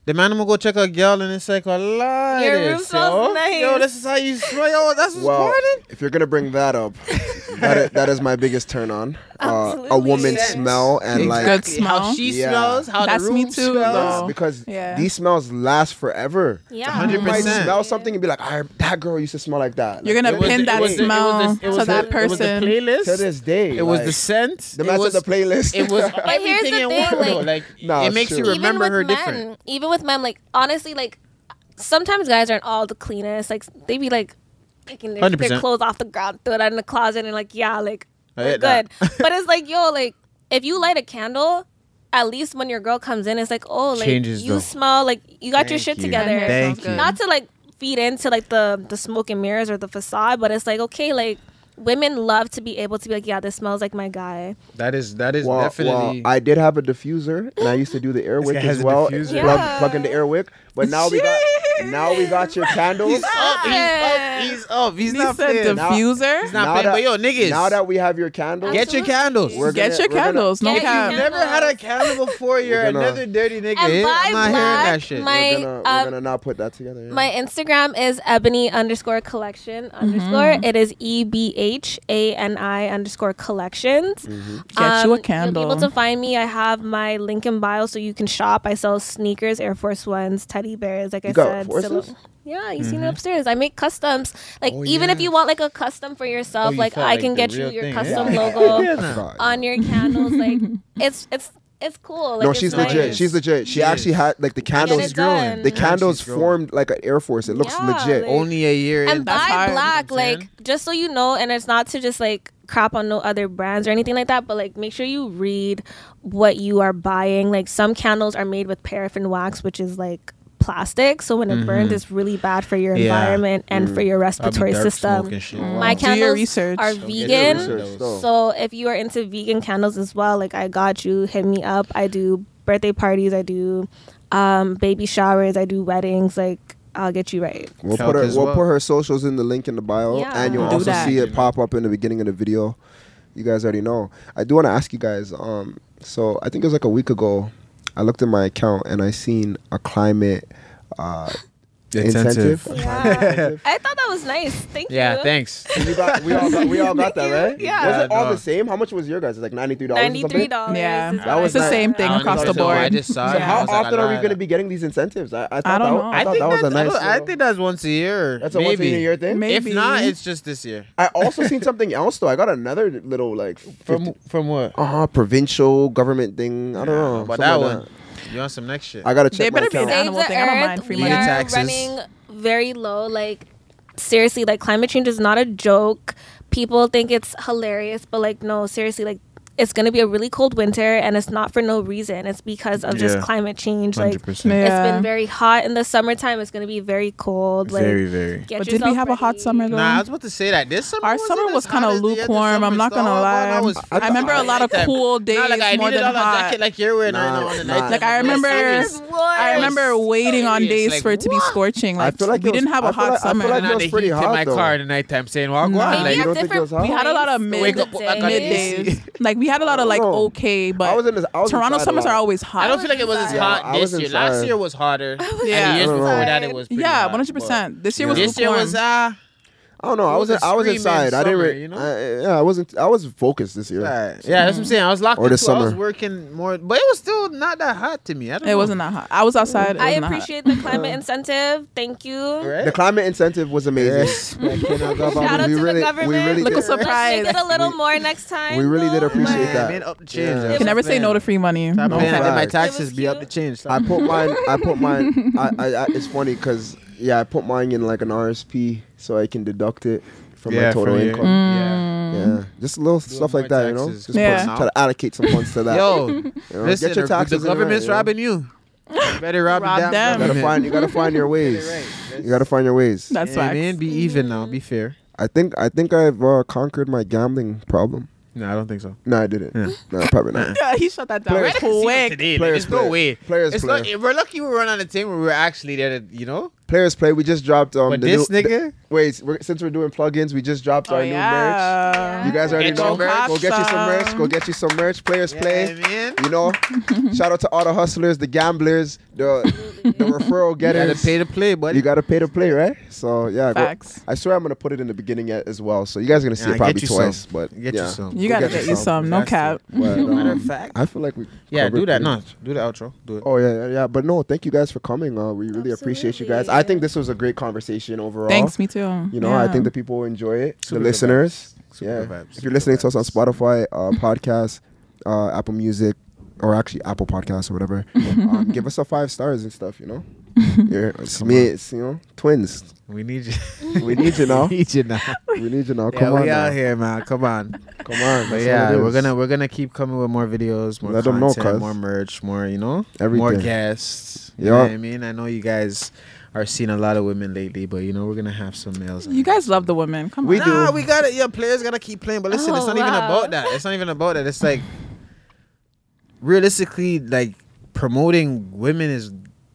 the man I'm gonna go check a girl and it's like a lot. Your room smells yo. nice. Yo, this is how you smell. Yo, that's what's Well, important. if you're gonna bring that up, that [LAUGHS] is, that is my biggest turn [LAUGHS] on. Uh, a Absolutely. woman's Yes. smell and like Good smell. How she Yeah. smells. How That's the room me too, smells. though. because Yeah. these smells last forever. Yeah. You might 100%. smell something and be like, I, "That girl used to smell like that." You're Like, gonna was pin the- it that was the- it smell was the- it to was that the- it was the person. playlist. to this day. It was like, the scent. the it match was of the playlist. It [LAUGHS] was here's everything the in thing, one. though. like- Like Nah, it it's makes you true. remember her even with men, different. Even with men, like honestly, like sometimes guys aren't all the cleanest. Like they be like picking their, 100%. their clothes off the ground, throw it out in the closet, and like yeah, like I we're hate good. that. [LAUGHS] but it's like yo, like if you light a candle. At least when your girl comes in, it's like, oh, like Changes, you though. smell, like you got your shit Thank you. together. Thank you. Not to like feed into like the the smoke and mirrors or the facade, but it's like okay, like women love to be able to be like, yeah, this smells like my guy. That is that is well, definitely. well, I did have a diffuser, and I used to do the air wick guy as has a well. diffuser. Yeah. Plug, plug in the air wick, but now [LAUGHS] we got now we got your candles. Yeah. he's up. He's He said playing. Now- diffuser. not now playing, that, but yo, niggas. now that we have your candles, Get your candles. Absolutely. we're Get gonna- your we're gonna- candles. no Get your cap. You've never had a candle before. You're We're gonna- another dirty nigga. And eh? by I'm not hearing that black, shit. my- we're gonna, um, we're gonna now put that together. yeah. My Instagram is ebony underscore collection underscore. It is E B H A N I underscore collections. Um, Get you a You'll be candle. able to find me. I have my link in bio so you can shop. I sell sneakers, Air Force Ones, teddy bears. Like I You got said, I'm Forces? still. Yeah, you seen it upstairs. I make customs. Like Oh, even if yeah. you want like a custom for Oh, yourself, you like felt I can the get you real your thing. custom [LAUGHS] Yeah. logo Yeah, I nah. forgot. on your candles. like it's it's it's cool. Like, no, it's she's nice. legit. She's legit. She Yes. actually had like the Get candles. it done. The candles she's growing. formed like an air force. It looks Yeah, legit. like- Only a year in. and That's buy hard. black, You know what I'm like just so you know, and it's not to just like crap on no other brands or anything like that, but like make sure you read what you are buying. Like some candles are made with paraffin wax, which is like plastic, so when it burns, it's really bad for your Mm-hmm. Yeah. Mm. environment and for your I'll be respiratory dark system. smoking shit. My Do your candles research. are Don't Get your vegan, research, though. so if you are into vegan candles as well, like I got you, hit me up. I do birthday parties, I do um, baby showers, I do weddings. Like I'll get you right. We'll Calc put her. as We'll well. put her socials in the link in the bio, Yeah. and you'll Do also that. see it pop up in the beginning of the video. You guys already know. I do want to ask you guys. Um, so I think it was like a week ago. I looked at my account and I seen a climate uh, Incentive. incentive. [LAUGHS] A climate Yeah. incentive. [LAUGHS] I thought that was nice. Thank you. Yeah, thanks. We, got, we all got, we all got that, right? [LAUGHS] Yeah. Was it all Yeah, no. the same? How much was your guys? Like ninety three dollars. Ninety-three dollars. Yeah. That was the nice. same thing I don't across know, the so board. I just saw it. So and I How was like, I often are we lied. going to be getting these incentives? I, I, thought I don't that, know. I, I thought think that was a nice. that's- I little- think that's once a year. that's a maybe. once in a year thing. Maybe. If not, it's just this year. I also seen something else though. I got another little like From from what? uh huh provincial government thing. I don't know But that something like one, you want some next shit? I gotta check. They better my be account. down. Save Animal the thing. I don't mind earth. free We money. are Taxes. running very low. Like seriously, like climate change is not a joke. People think it's hilarious, but like no, seriously, like it's gonna be a really cold winter, and it's not for no reason. It's because of just Yeah. climate change. Like Yeah. it's been very hot in the summertime. It's gonna be very cold. Like very. get But did we yourself have a hot ready. summer though? Nah, I was about to say that this summer. Our wasn't summer as was kind hot of as the other lukewarm. I'm summers, not gonna though. lie. I, was I remember a freezing. lot of Like, cool days Not like I more needed than all that hot. jacket like you're wearing right Nah, now on the nah. night. Like, I remember- It's warm. I remember Yes. waiting on Serious, days like, for it to be what? scorching. I Like feel like we it didn't was- have I a feel hot like- I feel summer. And like I it was had the pretty heat hot, in my though. car at nighttime saying, "Well, go Nah. Maybe on." you Like, at don't think it different was hot? we had a lot of points mid Wake up, of I got day. mid days. Like we had a lot of like I don't know. okay, but I was in this- I was Toronto inside a summers lot. are always hot. I don't feel like it was as Yeah, hot I was this year. Last inside. year was hotter. Yeah. And the years I don't know. before that, it was pretty yeah, hot, one hundred percent. This year but was This year lukewarm. was uh, I don't know. I It was was a I was screaming inside. I didn't. summer, Re- you know? I, yeah, I wasn't. I was focused this year. Yeah, that's what I'm saying. I was locked Or the into. I was summer. working more, but it was still not that hot to me. I don't. it know. wasn't that hot. I was outside. It I was not hot. appreciate the climate [LAUGHS] incentive. Thank you. Right? The climate incentive was amazing. Shout out we to the really, government. We really Look did. what's up. surprised. Let's make it a little We- more next time. we really did though. appreciate Like, that. Man, up the change. Yeah. that's You Can what never I'm say no saying. to free money. Stop No paying. I let my facts. taxes It be was up the cute. change. Stop. I put mine. I put mine. I, I, I it's funny because yeah, I put mine in like an RSP so I can deduct it from my total income. Mm. Yeah. Yeah, Mm-hmm. just little stuff more like that, you know. taxes. Just put- Yeah. try to allocate some funds to that. Yo, you know? listen, get your if the taxes. in government's right, you know? robbing you. you better rob, Rob the damn them. You gotta government. find. You gotta find [LAUGHS] your ways. Right, that's- You gotta find your ways. That's Hey, facts. man, be even now. Be fair. I think. I think I've uh, conquered my gambling problem. No, I don't think so. No, I didn't. Yeah. No, probably not. Yeah, he shut that down Players- quick. Today, like, Players there's no play. way. Players it's play. not- we're lucky we were on a team where we were actually there. To, you know, Players play. We just dropped um. but the this new, the- nigga, wait, we're, since we're doing plugins, we just dropped Oh our yeah. new merch. You guys already Get your know. merch. Go get you some merch. Go get you some merch. Players play. yeah, man. You know, shout out to all the hustlers, the gamblers, the the referral You gotta getters. pay to play, buddy. You gotta pay to play, right? So yeah, go- Facts. I swear I'm gonna put it in the beginning yet as well. So you guys are gonna see Yeah, it get probably you twice, some. but Get you yeah. some. Go You gotta get get you some. No That's cap. But, Matter of um, fact, I feel like we yeah, covered do that. pretty- No, do the outro. Do it. Oh yeah, yeah, yeah. But no, thank you guys for coming. Uh, we really appreciate you guys. I Absolutely. think this was a great conversation overall. Thanks, me too. You know, I Yeah. think the people will enjoy it. Super the good listeners. vibes. Super yeah. good vibes. If Super you're listening good to us on vibes. Spotify, [LAUGHS] uh, podcast, uh, Apple Music, or actually Apple Podcasts [LAUGHS] or whatever, um, give us a five stars and stuff. You know, You're- it's me. It's you know, twins. [LAUGHS] We need you. [LAUGHS] We need you now. [LAUGHS] we need you now. We need you now. Yeah, Come on, we now. out here, man. Come on. Come on. But [LAUGHS] that's yeah, what it we're is. gonna we're gonna keep coming with more videos, more Let 'em know, content, cuz. more merch, more you know, more Everything. guests. You know Yeah. what I mean, I know you guys are seeing a lot of women lately, but you know we're gonna have some males. You guys love the women. Come on. We nah, do. we got it. Yeah, players gotta keep playing, but listen, it's Oh, not even wow. about that. It's not even about that. It's like realistically, like promoting women is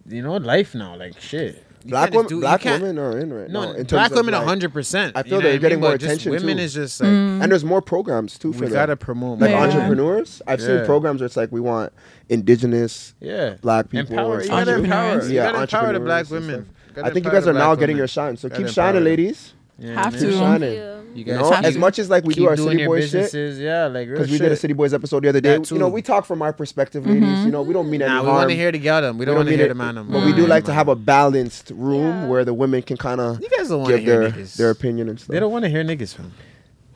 you know life now. Like shit, You Black can't just women. do- you black can't- women are in right No, now. in terms black of, women, like- hundred percent. I feel they're getting more attention, Women too. is just like And there's more programs too for Mm. we them. gotta promote like more. Yeah. entrepreneurs. I've seen Yeah. programs where it's like we want indigenous yeah, black people. Empower, and you stuff. gotta empower. Entrepreneurs. You Yeah, gotta empower the entrepreneurs black and women. I think you Gotta guys are empower the now black getting women. your shine. So Gotta keep empower shining, them. ladies. Yeah, man. Have to. Keep shining. Thank you. You You guys know, keep- as much as like we do keep our doing city your boy shit, businesses, yeah, like real because we did a shit. city boys episode the other day. That You too. know, Mm-hmm. we talk from our perspective, ladies. You know, we don't mean any Nah, we harm. want to hear the gal them. We don't, We want to mean hear it- the man them. But we do like to have a balanced room where the women can kind of You guys don't want to give hear their, niggas. their opinion and stuff. They don't want to hear niggas from.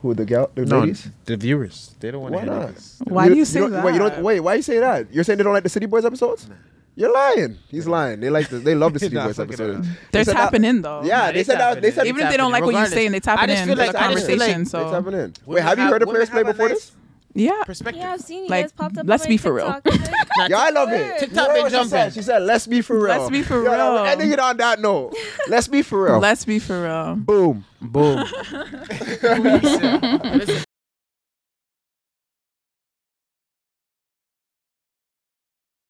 Who the gal, the No, ladies? the viewers. They don't want to Why hear not? niggas. Why do you say don't- that? Wait, you don't, wait, why you say that? You're saying they don't like the City Boys episodes? You're lying. He's lying. They like the, [LAUGHS] they love the City Nah, Boys fuck it episodes. up. They They're said that- tapping in though. Yeah, they said that. They said Even if they don't like what you're saying, they tapping in for the I just feel like- conversation. They So tapping in. Wait, Women have you heard of women Players Play have a before nice this? yeah, Perspective. Yeah, I've seen you Like, guys popped up. let's on be my for real. TikTok. [LAUGHS] I'm like, Yeah, I love it. Word. TikTok You know been what she jumping. said? She said, "Let's be for real." Let's be for Yeah, real. Ending it on that note. Let's be for real. let's be for real. boom. Boom. Listen,